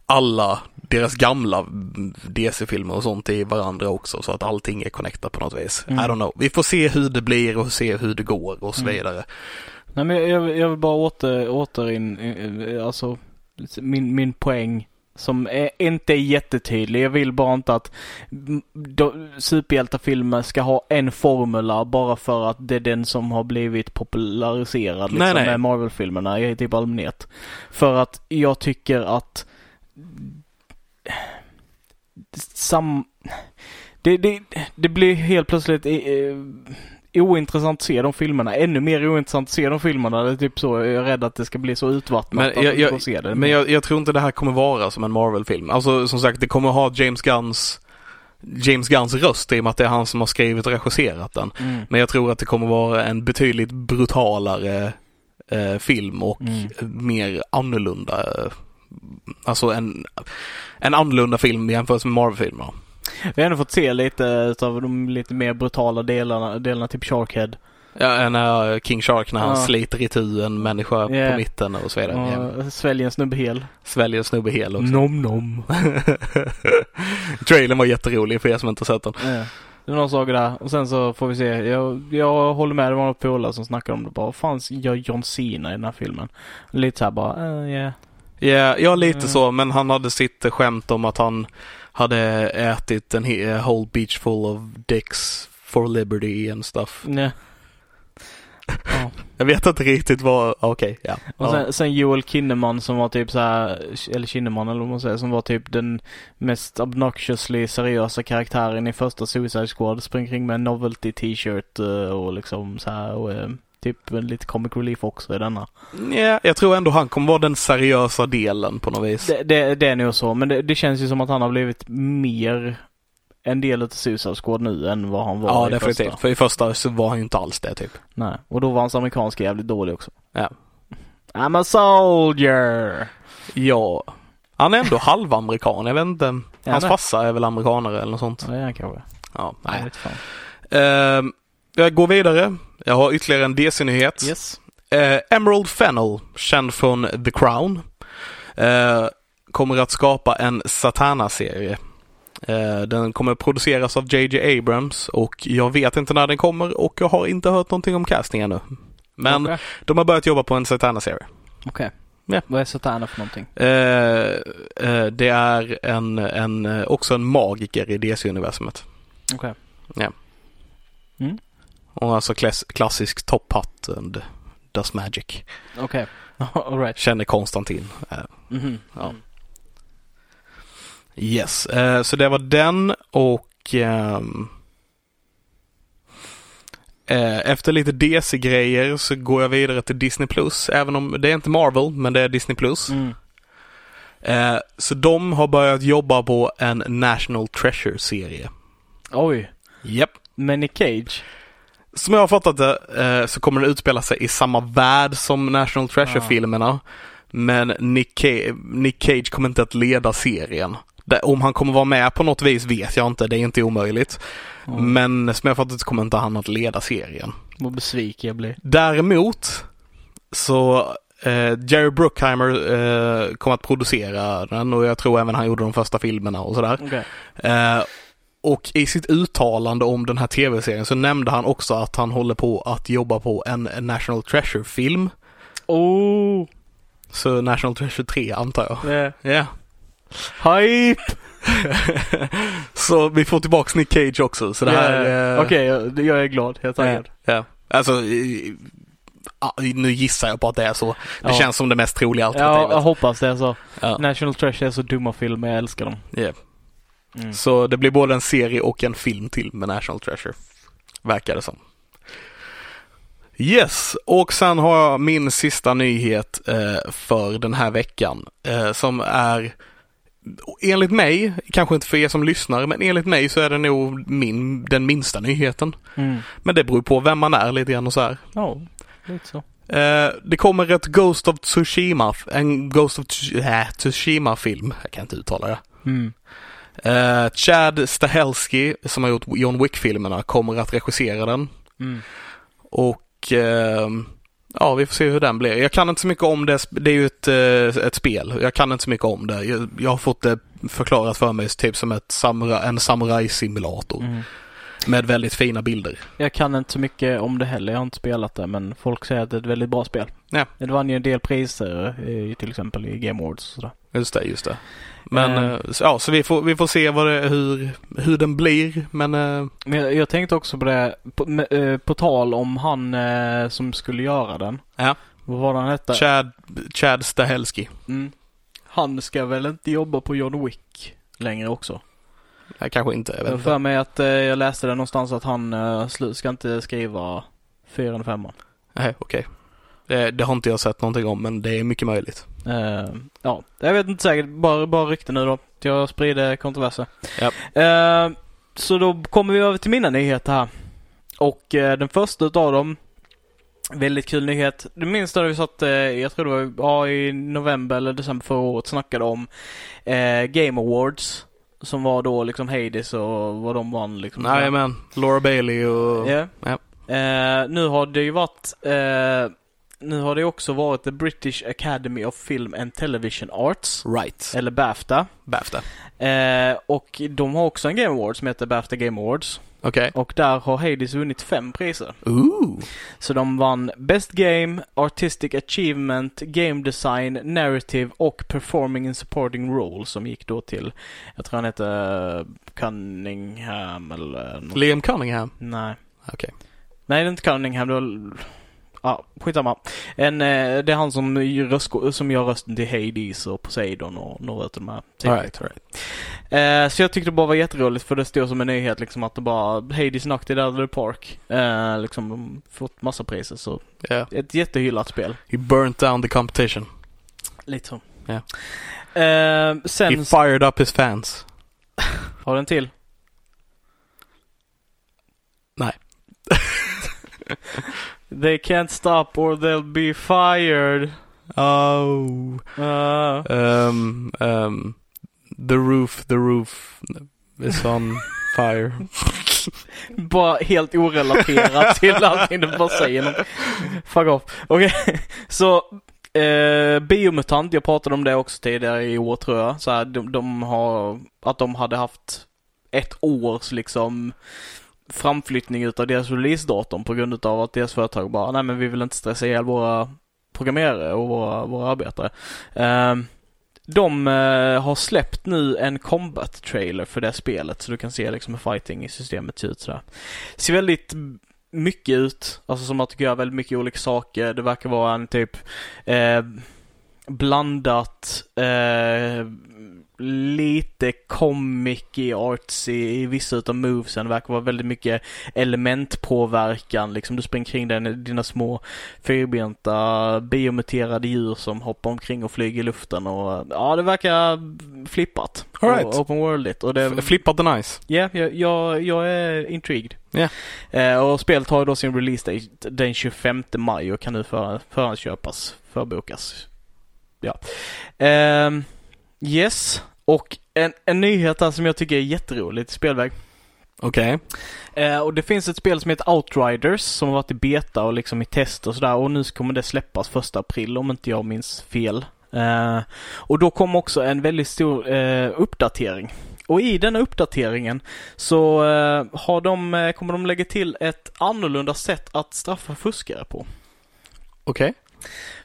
Speaker 2: alla deras gamla mm, DC-filmer och sånt i varandra också så att allting är connectat på något vis.
Speaker 1: Mm.
Speaker 2: I don't know. Vi får se hur det blir och se hur det går och så
Speaker 1: Mm.
Speaker 2: vidare.
Speaker 1: Nej men jag- jag, vill- jag vill bara åter, åter in, eh, eh, alltså min, min poäng som är, inte är jättetydlig. Jag vill bara inte att mm, de- superhjältefilmer ska ha en formula bara för att det är den som har blivit populariserad liksom,
Speaker 2: Nej, nej.
Speaker 1: med Marvel-filmerna i typ allmänhet. För att jag tycker att sam... Det, det, det blir helt plötsligt eh, ointressant att se de filmerna. Ännu mer ointressant att se de filmerna. Det är typ så, jag är rädd att det ska bli så utvattnat
Speaker 2: Men
Speaker 1: att det
Speaker 2: jag-
Speaker 1: inte
Speaker 2: jag-
Speaker 1: går att se det.
Speaker 2: Men jag, jag tror inte det här kommer vara som en Marvel-film. Alltså som sagt, det kommer ha James Gunns James Gunns röst i och med att det är han som har skrivit och regisserat den.
Speaker 1: Mm.
Speaker 2: Men jag tror att det kommer vara en betydligt brutalare eh, film och
Speaker 1: Mm.
Speaker 2: mer annorlunda. eh, Alltså en, en annorlunda film jämfört med Marvel-filmer.
Speaker 1: Vi har ändå fått se lite av de lite mer brutala delarna, delarna typ Sharkhead.
Speaker 2: Ja, när King Shark när han
Speaker 1: Ja.
Speaker 2: sliter i tu en människa
Speaker 1: Ja.
Speaker 2: på mitten och så vidare. Ja.
Speaker 1: Och sväljer en snubbe hel.
Speaker 2: Sväljer en snubbe hel också.
Speaker 1: Nom nom.
Speaker 2: Trailern var jätterolig för er som inte sett den.
Speaker 1: Ja. Det var några saker där och sen så får vi se. Jag, jag håller med, det var några polare som snackade om det bara. Fanns gör John Cena i den här filmen? Lite såhär bara, eh, yeah.
Speaker 2: Ja, ja, lite
Speaker 1: Mm.
Speaker 2: så, men han hade sitt skämt om att han hade ätit en he- whole beach full of dicks for liberty and stuff.
Speaker 1: yeah. Ja.
Speaker 2: Jag vet inte riktigt vad, ah, okej, ja.
Speaker 1: Och
Speaker 2: ja.
Speaker 1: sen, sen Joel Kinnaman som var typ så här eller Kinnaman eller vad man säger, som var typ den mest obnoxiously seriösa karaktären i första Suicide Squad. Springer kring med en novelty t-shirt eh, och liksom så här och eh, typ en lite comic relief också i denna.
Speaker 2: Ja, jag tror ändå han kommer vara den seriösa delen på något vis.
Speaker 1: Det, det, det är nog så, men det, det känns ju som att han har blivit mer en del av Suicide Squad nu än vad han var
Speaker 2: ja,
Speaker 1: i
Speaker 2: definitivt.
Speaker 1: första.
Speaker 2: För i första så var han ju inte alls det typ.
Speaker 1: Nej, och då var hans amerikanska jävligt dålig också.
Speaker 2: Ja.
Speaker 1: I'm a soldier!
Speaker 2: Ja. Han är ändå halvamerikan, jag vet inte.
Speaker 1: Ja,
Speaker 2: Hans
Speaker 1: nej.
Speaker 2: farsa är väl amerikanare eller något sånt.
Speaker 1: Ja, det är han kanske.
Speaker 2: Ja,
Speaker 1: Jag
Speaker 2: nej.
Speaker 1: vet fan.
Speaker 2: Ehm, jag går vidare. Jag har ytterligare en DC-nyhet.
Speaker 1: Yes.
Speaker 2: Eh, Emerald Fennel, känd från The Crown, eh, kommer att skapa en Satana-serie. Eh, den kommer produceras av JJ Abrams och jag vet inte när den kommer och jag har inte hört någonting om casting ännu. Men
Speaker 1: Okej.
Speaker 2: de har börjat jobba på en Satana-serie.
Speaker 1: Okej.
Speaker 2: Ja.
Speaker 1: Vad är Satana för någonting?
Speaker 2: Eh, eh, det är en, en, eh, också en magiker i DC-universumet.
Speaker 1: Okej. Mm.
Speaker 2: Hon har alltså klass, klassisk top hat and does magic.
Speaker 1: Okej. Alright.
Speaker 2: Känner Konstantin. Eh,
Speaker 1: Mhm.
Speaker 2: Ja. Yes, eh, så det var den och ehm, eh, efter lite DC-grejer så går jag vidare till Disney+. Plus Även om det är inte Marvel, men det är Disney+. Plus.
Speaker 1: Mm.
Speaker 2: Eh, så de har börjat jobba på en National Treasure-serie.
Speaker 1: Oj.
Speaker 2: Japp.
Speaker 1: Men i Cage?
Speaker 2: Som jag har fattat det eh, så kommer den utspela sig i samma värld som National Treasure-filmerna. Men Nick, Ca- Nick Cage kommer inte att leda serien. Det- Om han kommer vara med på något vis vet jag inte, det är inte omöjligt.
Speaker 1: Mm.
Speaker 2: Men som jag fattat så kommer inte han att leda serien.
Speaker 1: Vad besviken jag blir.
Speaker 2: Däremot så eh, Jerry Bruckheimer eh, kommer att producera den och jag tror även han gjorde de första filmerna och sådär.
Speaker 1: Okej.
Speaker 2: Eh, och i sitt uttalande om den här tv-serien så nämnde han också att han håller på att jobba på en National Treasure-film.
Speaker 1: Oh!
Speaker 2: Så National Treasure 3 antar jag.
Speaker 1: Yeah.
Speaker 2: Ja.
Speaker 1: Hype!
Speaker 2: så vi får tillbaks Nick Cage också. Så det här...
Speaker 1: Yeah.
Speaker 2: eh,
Speaker 1: Okej, jag, jag är glad. Jag är taggad.
Speaker 2: ja. Alltså, i- ja, nu gissar jag på att det är så. Det
Speaker 1: Ja.
Speaker 2: känns som det mest troliga
Speaker 1: Ja, jag
Speaker 2: alternativet.
Speaker 1: hoppas det är så.
Speaker 2: Ja.
Speaker 1: National Treasure är så dumma filmer, jag älskar dem.
Speaker 2: Ja.
Speaker 1: Mm.
Speaker 2: Så det blir både en serie och en film till med National Treasure. verkar det som. Yes, och sen har jag min sista nyhet eh, för den här veckan eh, som är enligt mig, kanske inte för er som lyssnar, men enligt mig så är det nog min, den minsta nyheten.
Speaker 1: Mm.
Speaker 2: Men det beror på vem man är lite grann och så här.
Speaker 1: Ja, lite så.
Speaker 2: Eh, det kommer ett Ghost of Tsushima, en Ghost of Tsush- äh, Tsushima-film. Jag kan inte uttala det.
Speaker 1: Mm.
Speaker 2: Eh, Chad Stahelski som har gjort John Wick-filmerna kommer att regissera den.
Speaker 1: Mm.
Speaker 2: Och ehm, ja, vi får se hur den blir. Jag kan inte så mycket om det. sp- Det är ju ett, eh, ett spel. Jag kan inte så mycket om det. Jag, jag har fått det förklarat för mig typ som ett samura, en samurajsimulator
Speaker 1: Mm.
Speaker 2: med väldigt fina bilder.
Speaker 1: Jag kan inte så mycket om det heller. Jag har inte spelat det men folk säger att det är ett väldigt bra spel.
Speaker 2: Ja.
Speaker 1: Det vann ju en del priser eh, till exempel i Game Awards och sådär.
Speaker 2: Just det, just det. Men
Speaker 1: Eh.
Speaker 2: eh, så- ja, så vi får, vi får se vad det, hur, hur den blir. Men eh,
Speaker 1: Men jag, jag tänkte också på det, på, med, eh, på tal om han eh, som skulle göra den.
Speaker 2: Ja.
Speaker 1: Vad var det han hette?
Speaker 2: Chad, Chad Stahelski.
Speaker 1: Mm. Han ska väl inte jobba på John Wick längre också?
Speaker 2: Nej, kanske inte. Jag
Speaker 1: Jag
Speaker 2: vet
Speaker 1: har
Speaker 2: inte.
Speaker 1: för mig att eh, jag läste det någonstans att han eh, slu- ska inte skriva fyran och femman.
Speaker 2: Nej, okej. Det, det har inte jag sett någonting om, men det är mycket möjligt.
Speaker 1: Eh, ja, jag vet inte säkert. Bara, bara rykte nu då. Jag sprider kontroverser.
Speaker 2: Japp.
Speaker 1: Eh, så då kommer vi över till mina nyheter här. Och eh, den första utav dem, väldigt kul nyhet. Du minns när vi satt, eh, jag tror det var ja, i november eller december förra året, snackade om eh, Game Awards. Som var då liksom Hades och vad de vann liksom.
Speaker 2: Nej, men Laura Bailey och...
Speaker 1: Ja.
Speaker 2: Ja.
Speaker 1: Eh, nu har det ju varit eh, Nu har det också varit The British Academy of Film and Television Arts
Speaker 2: Right.
Speaker 1: Eller Bafta
Speaker 2: Bafta.
Speaker 1: eh, Och de har också en Game Award som heter Bafta Game Awards
Speaker 2: Okej.
Speaker 1: Och där har Hades vunnit fem priser
Speaker 2: Ooh.
Speaker 1: Så de vann Best Game, Artistic Achievement, Game Design, Narrative och Performing in Supporting Role som gick då till Jag tror han hette Cunningham eller något
Speaker 2: Liam Cunningham.
Speaker 1: Nej.
Speaker 2: Okej.
Speaker 1: Nej, det är inte Cunningham. Det var... Ja, skitsamma. En, eh, det är han som, gör röst, som gör rösten till Hades och Poseidon och några av de här.
Speaker 2: All right, all right.
Speaker 1: Eh, så jag tyckte det bara var jätteroligt för det står som en nyhet liksom att det bara Hades knocked it out of the park. Eh, liksom, de har fått massa priser så
Speaker 2: Yeah.
Speaker 1: ett jättehyllat spel.
Speaker 2: He burnt down the competition.
Speaker 1: Lite så.
Speaker 2: Ja.
Speaker 1: Eh, sen
Speaker 2: He fired up his fans.
Speaker 1: Har den till?
Speaker 2: Nej.
Speaker 1: They can't stop or they'll be fired.
Speaker 2: Oh.
Speaker 1: Uh,
Speaker 2: Um, um, the roof, the roof is on fire.
Speaker 1: bara helt orelaterat till allting du bara säger. något. Fuck off. Okej, så eh, Biomutant, jag pratade om det också tidigare i år tror jag. Så här, de, de har, att de hade haft ett års liksom framflyttning utav deras releasedatum på grund utav att deras företag bara, nej men vi vill inte stressa ihjäl våra programmerare och våra, våra arbetare. Ehm, de eh, har släppt nu en combat trailer för det här spelet så du kan se liksom hur fighting i systemet ser ut sådär. Ser väldigt mycket ut, alltså som att du gör väldigt mycket olika saker. Det verkar vara en typ eh, blandat eh, lite comic i arts i, i vissa utav movesen. Det verkar vara väldigt mycket elementpåverkan liksom. Du springer kring där med dina små fyrbenta biomuterade djur som hoppar omkring och flyger i luften och ja, det verkar flippat.
Speaker 2: All right.
Speaker 1: Och open worldigt. Och det,
Speaker 2: F- Flippat the nice.
Speaker 1: Ja, jag, jag, jag är intrigued.
Speaker 2: Ja.
Speaker 1: Eh, och spelet har ju då sin release date den 25 maj och kan nu för, förhandsköpas, förbokas. Ja. Ehm, yes, och en, en nyhet här som jag tycker är jätterolig i spelväg.
Speaker 2: Okej.
Speaker 1: Eh, och det finns ett spel som heter Outriders som har varit i beta och liksom i test och sådär och nu kommer det släppas första april om inte jag minns fel. Eh, och då kom också en väldigt stor eh, uppdatering. Och i den uppdateringen så eh, har de, eh, kommer de lägga till ett annorlunda sätt att straffa fuskare på.
Speaker 2: Okej.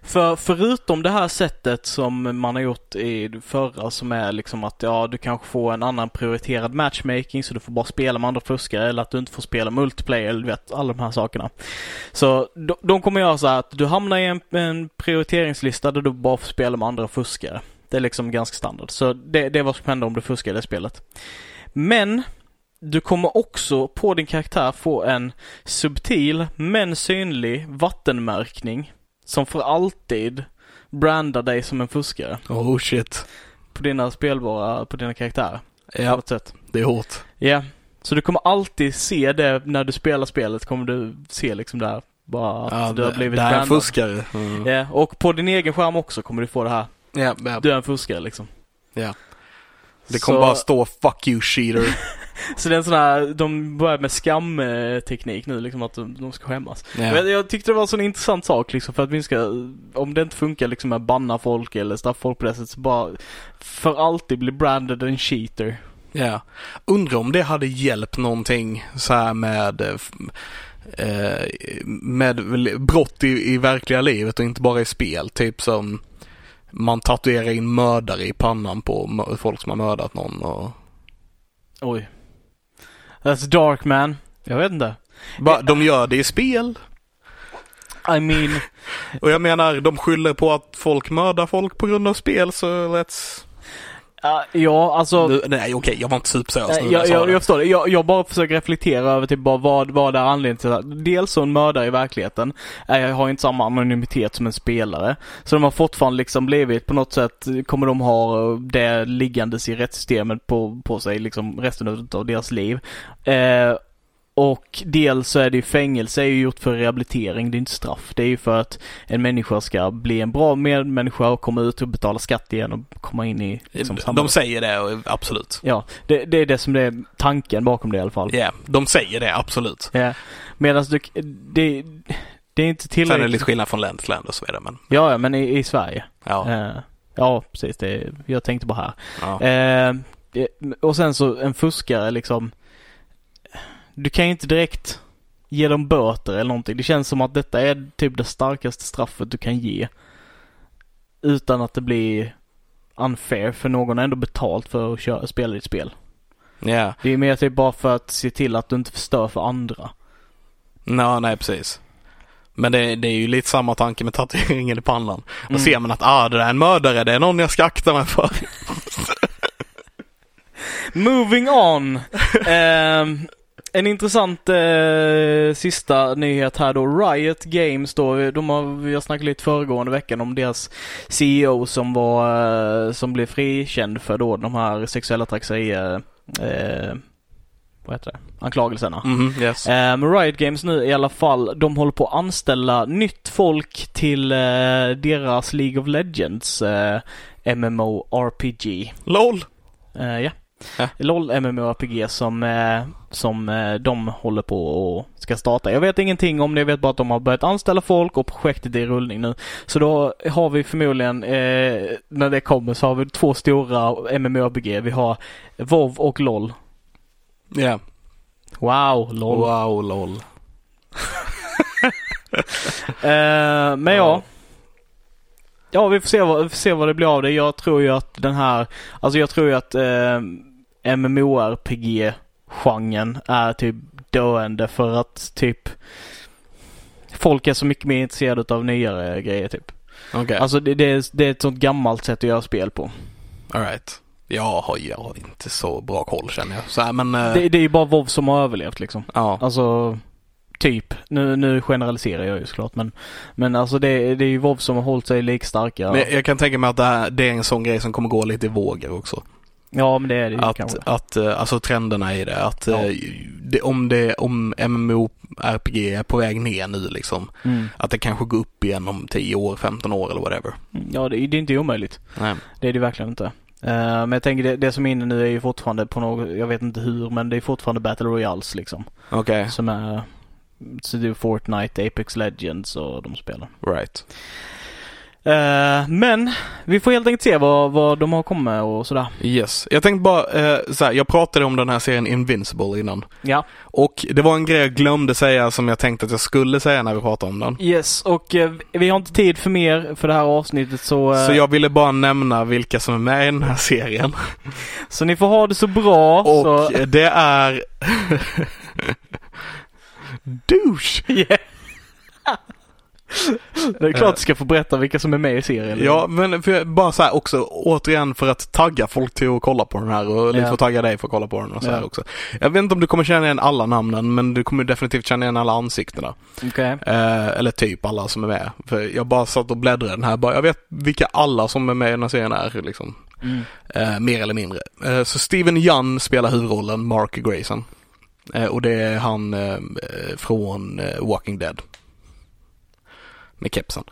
Speaker 1: För förutom det här sättet som man har gjort i det förra som är liksom att ja, du kanske får en annan prioriterad matchmaking så du får bara spela med andra fuskare eller att du inte får spela multiplayer, du vet alla de här sakerna. Så de, de kommer göra så här att du hamnar i en, en prioriteringslista där du bara får spela med andra fuskare. Det är liksom ganska standard. Så det, det är vad som händer om du fuskar i det spelet. Men Du kommer också på din karaktär få en subtil men synlig vattenmärkning som för alltid brandar dig som en fuskare
Speaker 2: Oh shit.
Speaker 1: på dina spelbara, på dina karaktärer. På
Speaker 2: Ja,
Speaker 1: något sätt.
Speaker 2: det är hårt.
Speaker 1: Ja. Så du kommer alltid se det när du spelar spelet, kommer du se liksom där bara att
Speaker 2: Ja,
Speaker 1: du har
Speaker 2: det-
Speaker 1: blivit
Speaker 2: det här är
Speaker 1: brandad.
Speaker 2: en fuskare. Mm.
Speaker 1: Ja, och på din egen skärm också kommer du få det här.
Speaker 2: Ja, ja.
Speaker 1: Du är en fuskare liksom.
Speaker 2: Ja. Det kommer
Speaker 1: så,
Speaker 2: bara stå 'fuck you cheater'
Speaker 1: Så det är en sån här, de börjar med skamteknik nu liksom att de, de ska skämmas.
Speaker 2: ja.
Speaker 1: Men jag tyckte det var en sån intressant sak liksom för att minska, om det inte funkar liksom med att banna folk eller straffa folk på det sättet så bara för alltid bli branded en cheater.
Speaker 2: ja. Undrar om det hade hjälpt någonting så här med eh, f- eh, med väl brott i, i verkliga livet och inte bara i spel. Typ som man tatuerar in mördare i pannan på mö- folk som har mördat någon och
Speaker 1: Oj. That's dark man. Jag vet inte.
Speaker 2: bara, de gör det i spel.
Speaker 1: I mean,
Speaker 2: Och jag menar, de skyller på att folk mördar folk på grund av spel så let's...
Speaker 1: ah, ja alltså.
Speaker 2: Nu, nej okej, jag var inte superseriös nu
Speaker 1: Nej,
Speaker 2: när jag,
Speaker 1: jag,
Speaker 2: sa
Speaker 1: jag,
Speaker 2: det.
Speaker 1: jag förstår det. Jag, jag bara försöker reflektera över typ bara vad, vad är anledningen till det. Dels så en mördare i verkligheten eh, har ju inte samma anonymitet som en spelare. Så de har fortfarande liksom blivit på något sätt, eh, kommer de ha eh, det liggandes i rättssystemet på, på sig liksom resten av deras liv. Eh, och dels så är det ju fängelse är ju gjort för rehabilitering, det är inte straff. Det är ju för att en människa ska bli en bra medmänniska och komma ut och betala skatt igen och komma in i liksom,
Speaker 2: de
Speaker 1: samhället.
Speaker 2: säger det, och- absolut.
Speaker 1: Ja, det, det är det som det är tanken bakom det i alla fall.
Speaker 2: Ja, de säger det, absolut.
Speaker 1: Yeah. Medan du, det, det är inte
Speaker 2: Sen är det
Speaker 1: tillräckligt.
Speaker 2: lite skillnad från land till land och så vidare, men
Speaker 1: Ja, ja, men i, i Sverige.
Speaker 2: ja.
Speaker 1: Eh, ja, precis. Det, jag tänkte bara här.
Speaker 2: ja.
Speaker 1: Eh, det- och sen så en fuskare liksom. Du kan ju inte direkt ge dem böter eller någonting. Det känns som att detta är typ det starkaste straffet du kan ge. Utan att det blir unfair för någon har ändå betalt för att köra, spela ditt spel.
Speaker 2: Ja.
Speaker 1: Det är mer typ bara för att se till att du inte förstör för andra.
Speaker 2: Nå, nej, precis. Men det, det är ju lite samma tanke med tatueringen i pannan. Då
Speaker 1: Mm.
Speaker 2: ser man att, ah, det där är en mördare, det är någon jag ska akta mig för.
Speaker 1: Mm. Moving on! Ehm, en intressant eh, sista nyhet här då. Riot Games då, de har, vi har snackat lite föregående veckan om deras CEO som var, eh, som blev frikänd för då de här sexuella trakasserier, eh, vad heter det, anklagelserna.
Speaker 2: Mhm, yes.
Speaker 1: Eh, Men Riot Games nu i alla fall, de håller på att anställa nytt folk till eh, deras League of Legends eh, MMORPG.
Speaker 2: LOL!
Speaker 1: Eh, ja.
Speaker 2: Ja.
Speaker 1: LOL MMORPG som, eh, som eh, de håller på och ska starta. Jag vet ingenting om det, jag vet bara att de har börjat anställa folk och projektet är i rullning nu. Så då har vi förmodligen, eh, när det kommer så har vi två stora MMORPG. Vi har WoW och LOL.
Speaker 2: Ja.
Speaker 1: Wow, LOL.
Speaker 2: Wow, LOL.
Speaker 1: Eh, men ja.
Speaker 2: Ja.
Speaker 1: Ja, vi får, se vad, vi får se vad det blir av det. Jag tror ju att den här, alltså jag tror ju att eh, MMORPG-genren är typ döende för att typ folk är så mycket mer intresserade av nyare grejer typ.
Speaker 2: Okej,
Speaker 1: Alltså det, det, är, det är ett sånt gammalt sätt att göra spel på.
Speaker 2: alright. Jag har, jag har inte så bra koll känner jag. Så här, men, eh,
Speaker 1: Det, det är ju bara WoW som har överlevt liksom.
Speaker 2: ja.
Speaker 1: Alltså, typ. Nu, nu generaliserar jag ju såklart men, men alltså det, det är ju WoW som har hållit sig likstarka.
Speaker 2: Men jag kan tänka mig att det, här, det är en sån grej som kommer gå lite i vågor också.
Speaker 1: Ja men det är det ju kanske.
Speaker 2: Att, att, eh, alltså trenderna i det. Att
Speaker 1: Ja.
Speaker 2: eh, det, om, det, om MMORPG är på väg ner nu liksom.
Speaker 1: Mm.
Speaker 2: Att det kanske går upp igen om 10 år, 15 år eller whatever.
Speaker 1: Ja, det, det är inte omöjligt.
Speaker 2: Nej.
Speaker 1: Det är det verkligen inte. Eh, men jag tänker det, det som är inne nu är ju fortfarande på något, jag vet inte hur, men det är fortfarande Battle Royals liksom.
Speaker 2: Okej,
Speaker 1: Som är, så det är Fortnite, Apex Legends och de spelar.
Speaker 2: right.
Speaker 1: Eh, men vi får helt enkelt se vad, vad de har kommit med och sådär.
Speaker 2: Yes. Jag tänkte bara, eh, så här, jag pratade om den här serien Invincible innan.
Speaker 1: Ja.
Speaker 2: Och det var en grej jag glömde säga som jag tänkte att jag skulle säga när vi pratade om den.
Speaker 1: Yes, och eh, vi har inte tid för mer för det här avsnittet så, eh,
Speaker 2: Så jag ville bara nämna vilka som är med i den här serien.
Speaker 1: så ni får ha det så bra.
Speaker 2: Och
Speaker 1: så,
Speaker 2: det är... Douche!
Speaker 1: Yeah. Det är klart du ska få berätta vilka som är med i serien.
Speaker 2: Ja, men för, bara så här också återigen för att tagga folk till att kolla på den här och lite
Speaker 1: Ja.
Speaker 2: för att tagga dig för att kolla på den och så här
Speaker 1: Ja.
Speaker 2: också. Jag vet inte om du kommer känna igen alla namnen men du kommer definitivt känna igen alla ansiktena.
Speaker 1: Okej.
Speaker 2: Eh, eller typ alla som är med. För jag bara satt och bläddrade i den här bara, jag vet vilka alla som är med i den här serien är liksom.
Speaker 1: Mm.
Speaker 2: Eh, mer eller mindre. Eh, så Steven Young spelar huvudrollen, Mark Grayson. Eh, och det är han eh, eh, från eh, Walking Dead. Med kepsen.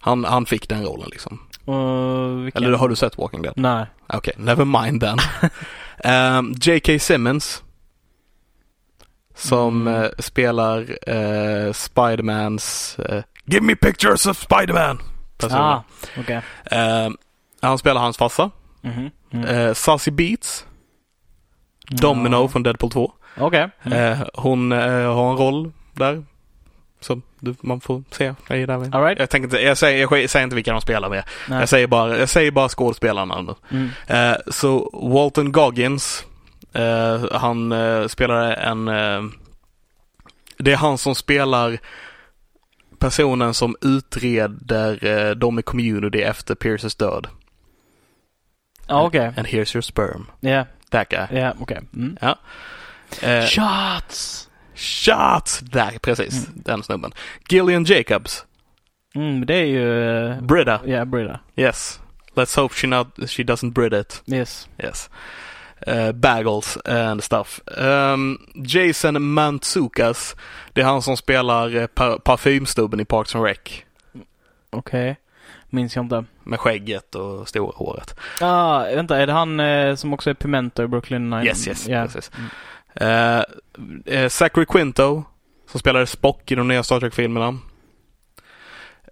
Speaker 2: Han, han fick den rollen liksom.
Speaker 1: Och vilka?
Speaker 2: Eller har du sett Walking Dead?
Speaker 1: Nej.
Speaker 2: Okej, never mind then. Ehm, J.K. Simmons. Som
Speaker 1: Mm.
Speaker 2: eh, spelar eh, Spidermans eh, Give me pictures of Spiderman! personen.
Speaker 1: Ah, okej. Okay.
Speaker 2: Ehm, han spelar hans farsa.
Speaker 1: mm
Speaker 2: Eh, Sassy Beats, Domino från Deadpool 2.
Speaker 1: Okej. Mm.
Speaker 2: Eh, hon eh, har en roll där. Som du, man får se. Jag, där.
Speaker 1: All right.
Speaker 2: jag, tänker inte, jag, säger, jag, säger inte vilka de spelar med.
Speaker 1: Nej.
Speaker 2: Jag säger bara, jag säger bara skådespelarna nu.
Speaker 1: Mm.
Speaker 2: Eh, så Walton Goggins, eh, han eh, spelar en... Eh, det är han som spelar personen som utreder eh, de i community efter Pierces död.
Speaker 1: Ja, okej.
Speaker 2: And here's your sperm.
Speaker 1: Ja,
Speaker 2: That guy.
Speaker 1: ja, okej. Mm.
Speaker 2: Eh,
Speaker 1: Shots!
Speaker 2: Shots! Där, precis. Den snubben. Gillian Jacobs.
Speaker 1: Mm, det är ju... eh,
Speaker 2: Brida.
Speaker 1: Ja, Brida.
Speaker 2: Yes. Let's hope she, not, she doesn't Brid it.
Speaker 1: Yes.
Speaker 2: Yes. Eh, bagels and stuff. Ehm, Jason Mantzukas. Det är han som spelar eh, par- parfymstubben i Parks and Rec.
Speaker 1: Okej. Minns jag inte.
Speaker 2: Med skägget och stora håret.
Speaker 1: Ah, vänta, är det han eh, som också är Pimento i Brooklyn Nine?
Speaker 2: Yes, yes,
Speaker 1: Mm. Ja.
Speaker 2: precis. Eh, eh, Zachary Quinto. Som spelade Spock i de nya Star Trek-filmerna.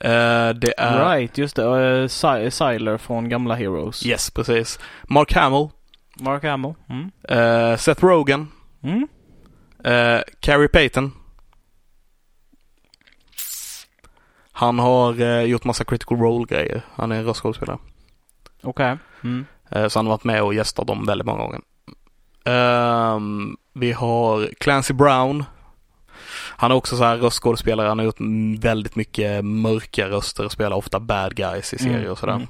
Speaker 2: Eh, det är...
Speaker 1: Right, just det. Och, eh, Sy- Syler från gamla Heroes.
Speaker 2: Yes, precis. Mark Hamill.
Speaker 1: Mark Hamill. Mm.
Speaker 2: eh, Seth Rogen.
Speaker 1: Mm.
Speaker 2: eh, Carrie Payton. Han har eh, gjort massa critical role-grejer. Han är en röstskådespelare.
Speaker 1: Okej. Mm.
Speaker 2: Eh, så han har varit med och gästat dem väldigt många gånger. Ehm, vi har Clancy Brown. Han är också så här röstskådespelare. Han har gjort mm, väldigt mycket mörka röster och spelar ofta bad guys i serier och sådär.
Speaker 1: Mm.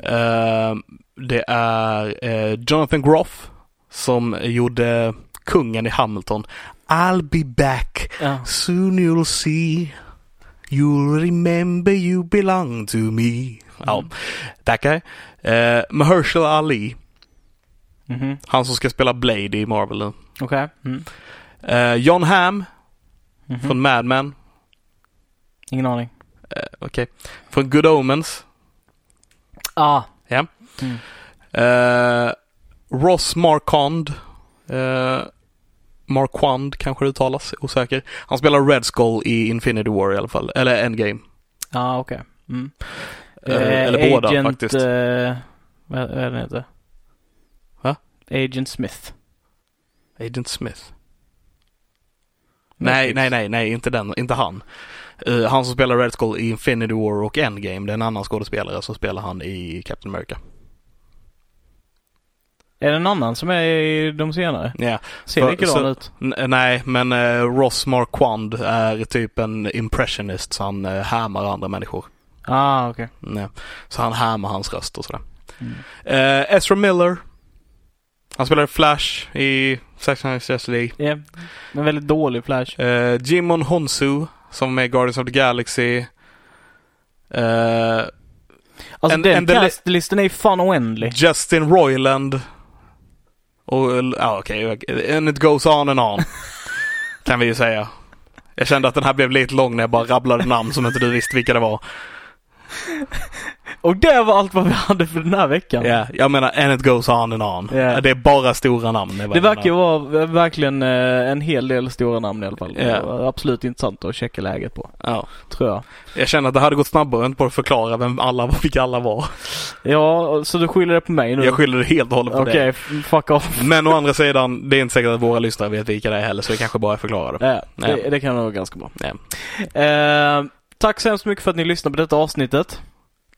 Speaker 2: Ehm, det är eh, Jonathan Groff som gjorde kungen i Hamilton. I'll be back.
Speaker 1: Ja.
Speaker 2: Soon you'll see. You'll remember you belong to me. Ja,
Speaker 1: Mm.
Speaker 2: that guy. Eh, Mahershala Ali.
Speaker 1: Mhm.
Speaker 2: Han som ska spela Blade i Marvel nu.
Speaker 1: Okej. Mm.
Speaker 2: Eh, John Hamm
Speaker 1: Mhm.
Speaker 2: från Mad Men.
Speaker 1: Ingen aning.
Speaker 2: Eh, Okej. Från Good Omens.
Speaker 1: Ah.
Speaker 2: Ja.
Speaker 1: Mm.
Speaker 2: Eh, Ross Marquand. Eh, Marquand kanske det uttalas, osäker. Han spelar Red Skull i Infinity War i alla fall, eller Endgame.
Speaker 1: Ja, ah, okej. Mm.
Speaker 2: Eh, eller båda
Speaker 1: Agent,
Speaker 2: faktiskt.
Speaker 1: eh, vad vad är den heter?
Speaker 2: Va?
Speaker 1: Agent Smith.
Speaker 2: Agent Smith. Nej, nej, nej, nej, inte den, inte han. Eh, han som spelar Red Skull i Infinity War och Endgame, det är en annan skådespelare som spelar han i Captain America.
Speaker 1: Är det någon annan som är i de senare?
Speaker 2: Ja,
Speaker 1: Ser
Speaker 2: För-
Speaker 1: likadan
Speaker 2: så-
Speaker 1: ut.
Speaker 2: N- nej, men eh, Ross Marquand är typ en impressionist, så han eh, härmar andra människor.
Speaker 1: Ah, okej.
Speaker 2: Nej. Så han härmar hans röst och sådär.
Speaker 1: Mm.
Speaker 2: Eh, Ezra Miller. Han spelar Flash i Sex Nights Justice League.
Speaker 1: Ja. Men väldigt dålig Flash.
Speaker 2: Eh, Jimon Honsu, som är med i Guardians of the Galaxy. Eh,
Speaker 1: Alltså
Speaker 2: En-
Speaker 1: den
Speaker 2: en deli-
Speaker 1: castlistan är ju fan oändlig.
Speaker 2: Justin Roiland. Och, ja okej, eh, and it goes on and on. kan vi ju säga. Jag kände att den här blev lite lång när jag bara rabblade namn som inte du visste vilka det var.
Speaker 1: Och det var allt vad vi hade för den här veckan.
Speaker 2: Ja, jag menar, and it goes on and on.
Speaker 1: Ja.
Speaker 2: Det är bara stora namn.
Speaker 1: Det verkar ju vara eh, verkligen eh, en hel del stora namn i alla fall.
Speaker 2: Ja.
Speaker 1: Det var Absolut intressant att checka läget på,
Speaker 2: Ja.
Speaker 1: tror jag.
Speaker 2: Jag känner att det hade gått snabbare än bara att förklara vem alla, vilka alla var.
Speaker 1: Ja, så du skyller det på mig nu?
Speaker 2: Jag skyller det helt och hållet på
Speaker 1: Mm. Okej,
Speaker 2: det.
Speaker 1: f- fuck off.
Speaker 2: Men å andra sidan, det är inte säkert att våra lyssnare vet vilka det är heller, så det kanske bara är förklarade.
Speaker 1: Nej,
Speaker 2: Nej.
Speaker 1: det, det kan nog vara ganska bra.
Speaker 2: Nej.
Speaker 1: Eh, tack så hemskt mycket för att ni lyssnade på detta avsnittet.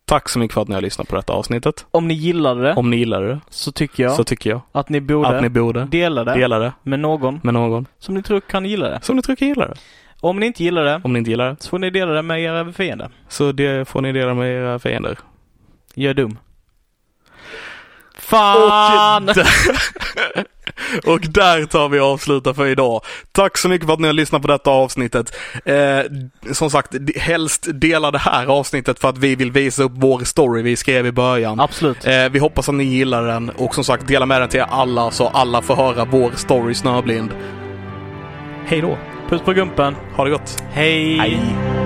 Speaker 2: Tack så mycket för att ni har lyssnat på detta avsnittet.
Speaker 1: Om ni gillade det
Speaker 2: Om ni gillade det,
Speaker 1: så tycker jag
Speaker 2: så tycker jag
Speaker 1: att ni borde
Speaker 2: att ni borde
Speaker 1: dela det
Speaker 2: dela det
Speaker 1: med någon
Speaker 2: med någon
Speaker 1: som ni tror kan gilla det.
Speaker 2: som ni tror kan gilla det.
Speaker 1: Om ni inte gillar det
Speaker 2: Om ni inte gillar det.
Speaker 1: så får ni dela det med era fiender.
Speaker 2: Så det får ni dela med era fiender.
Speaker 1: Jag är dum. Fan!
Speaker 2: Och där, och där tar vi och avslutar för idag. Tack så mycket för att ni har lyssnat på detta avsnittet. Eh, som sagt, d- helst dela det här avsnittet för att vi vill visa upp vår story vi skrev i början.
Speaker 1: Absolut.
Speaker 2: Eh, vi hoppas att ni gillar den och som sagt, dela med den till alla så alla får höra vår story Snöblind. Hej då!
Speaker 1: Puss på gumpen.
Speaker 2: Ha det gott!
Speaker 1: Hej.
Speaker 2: Hej.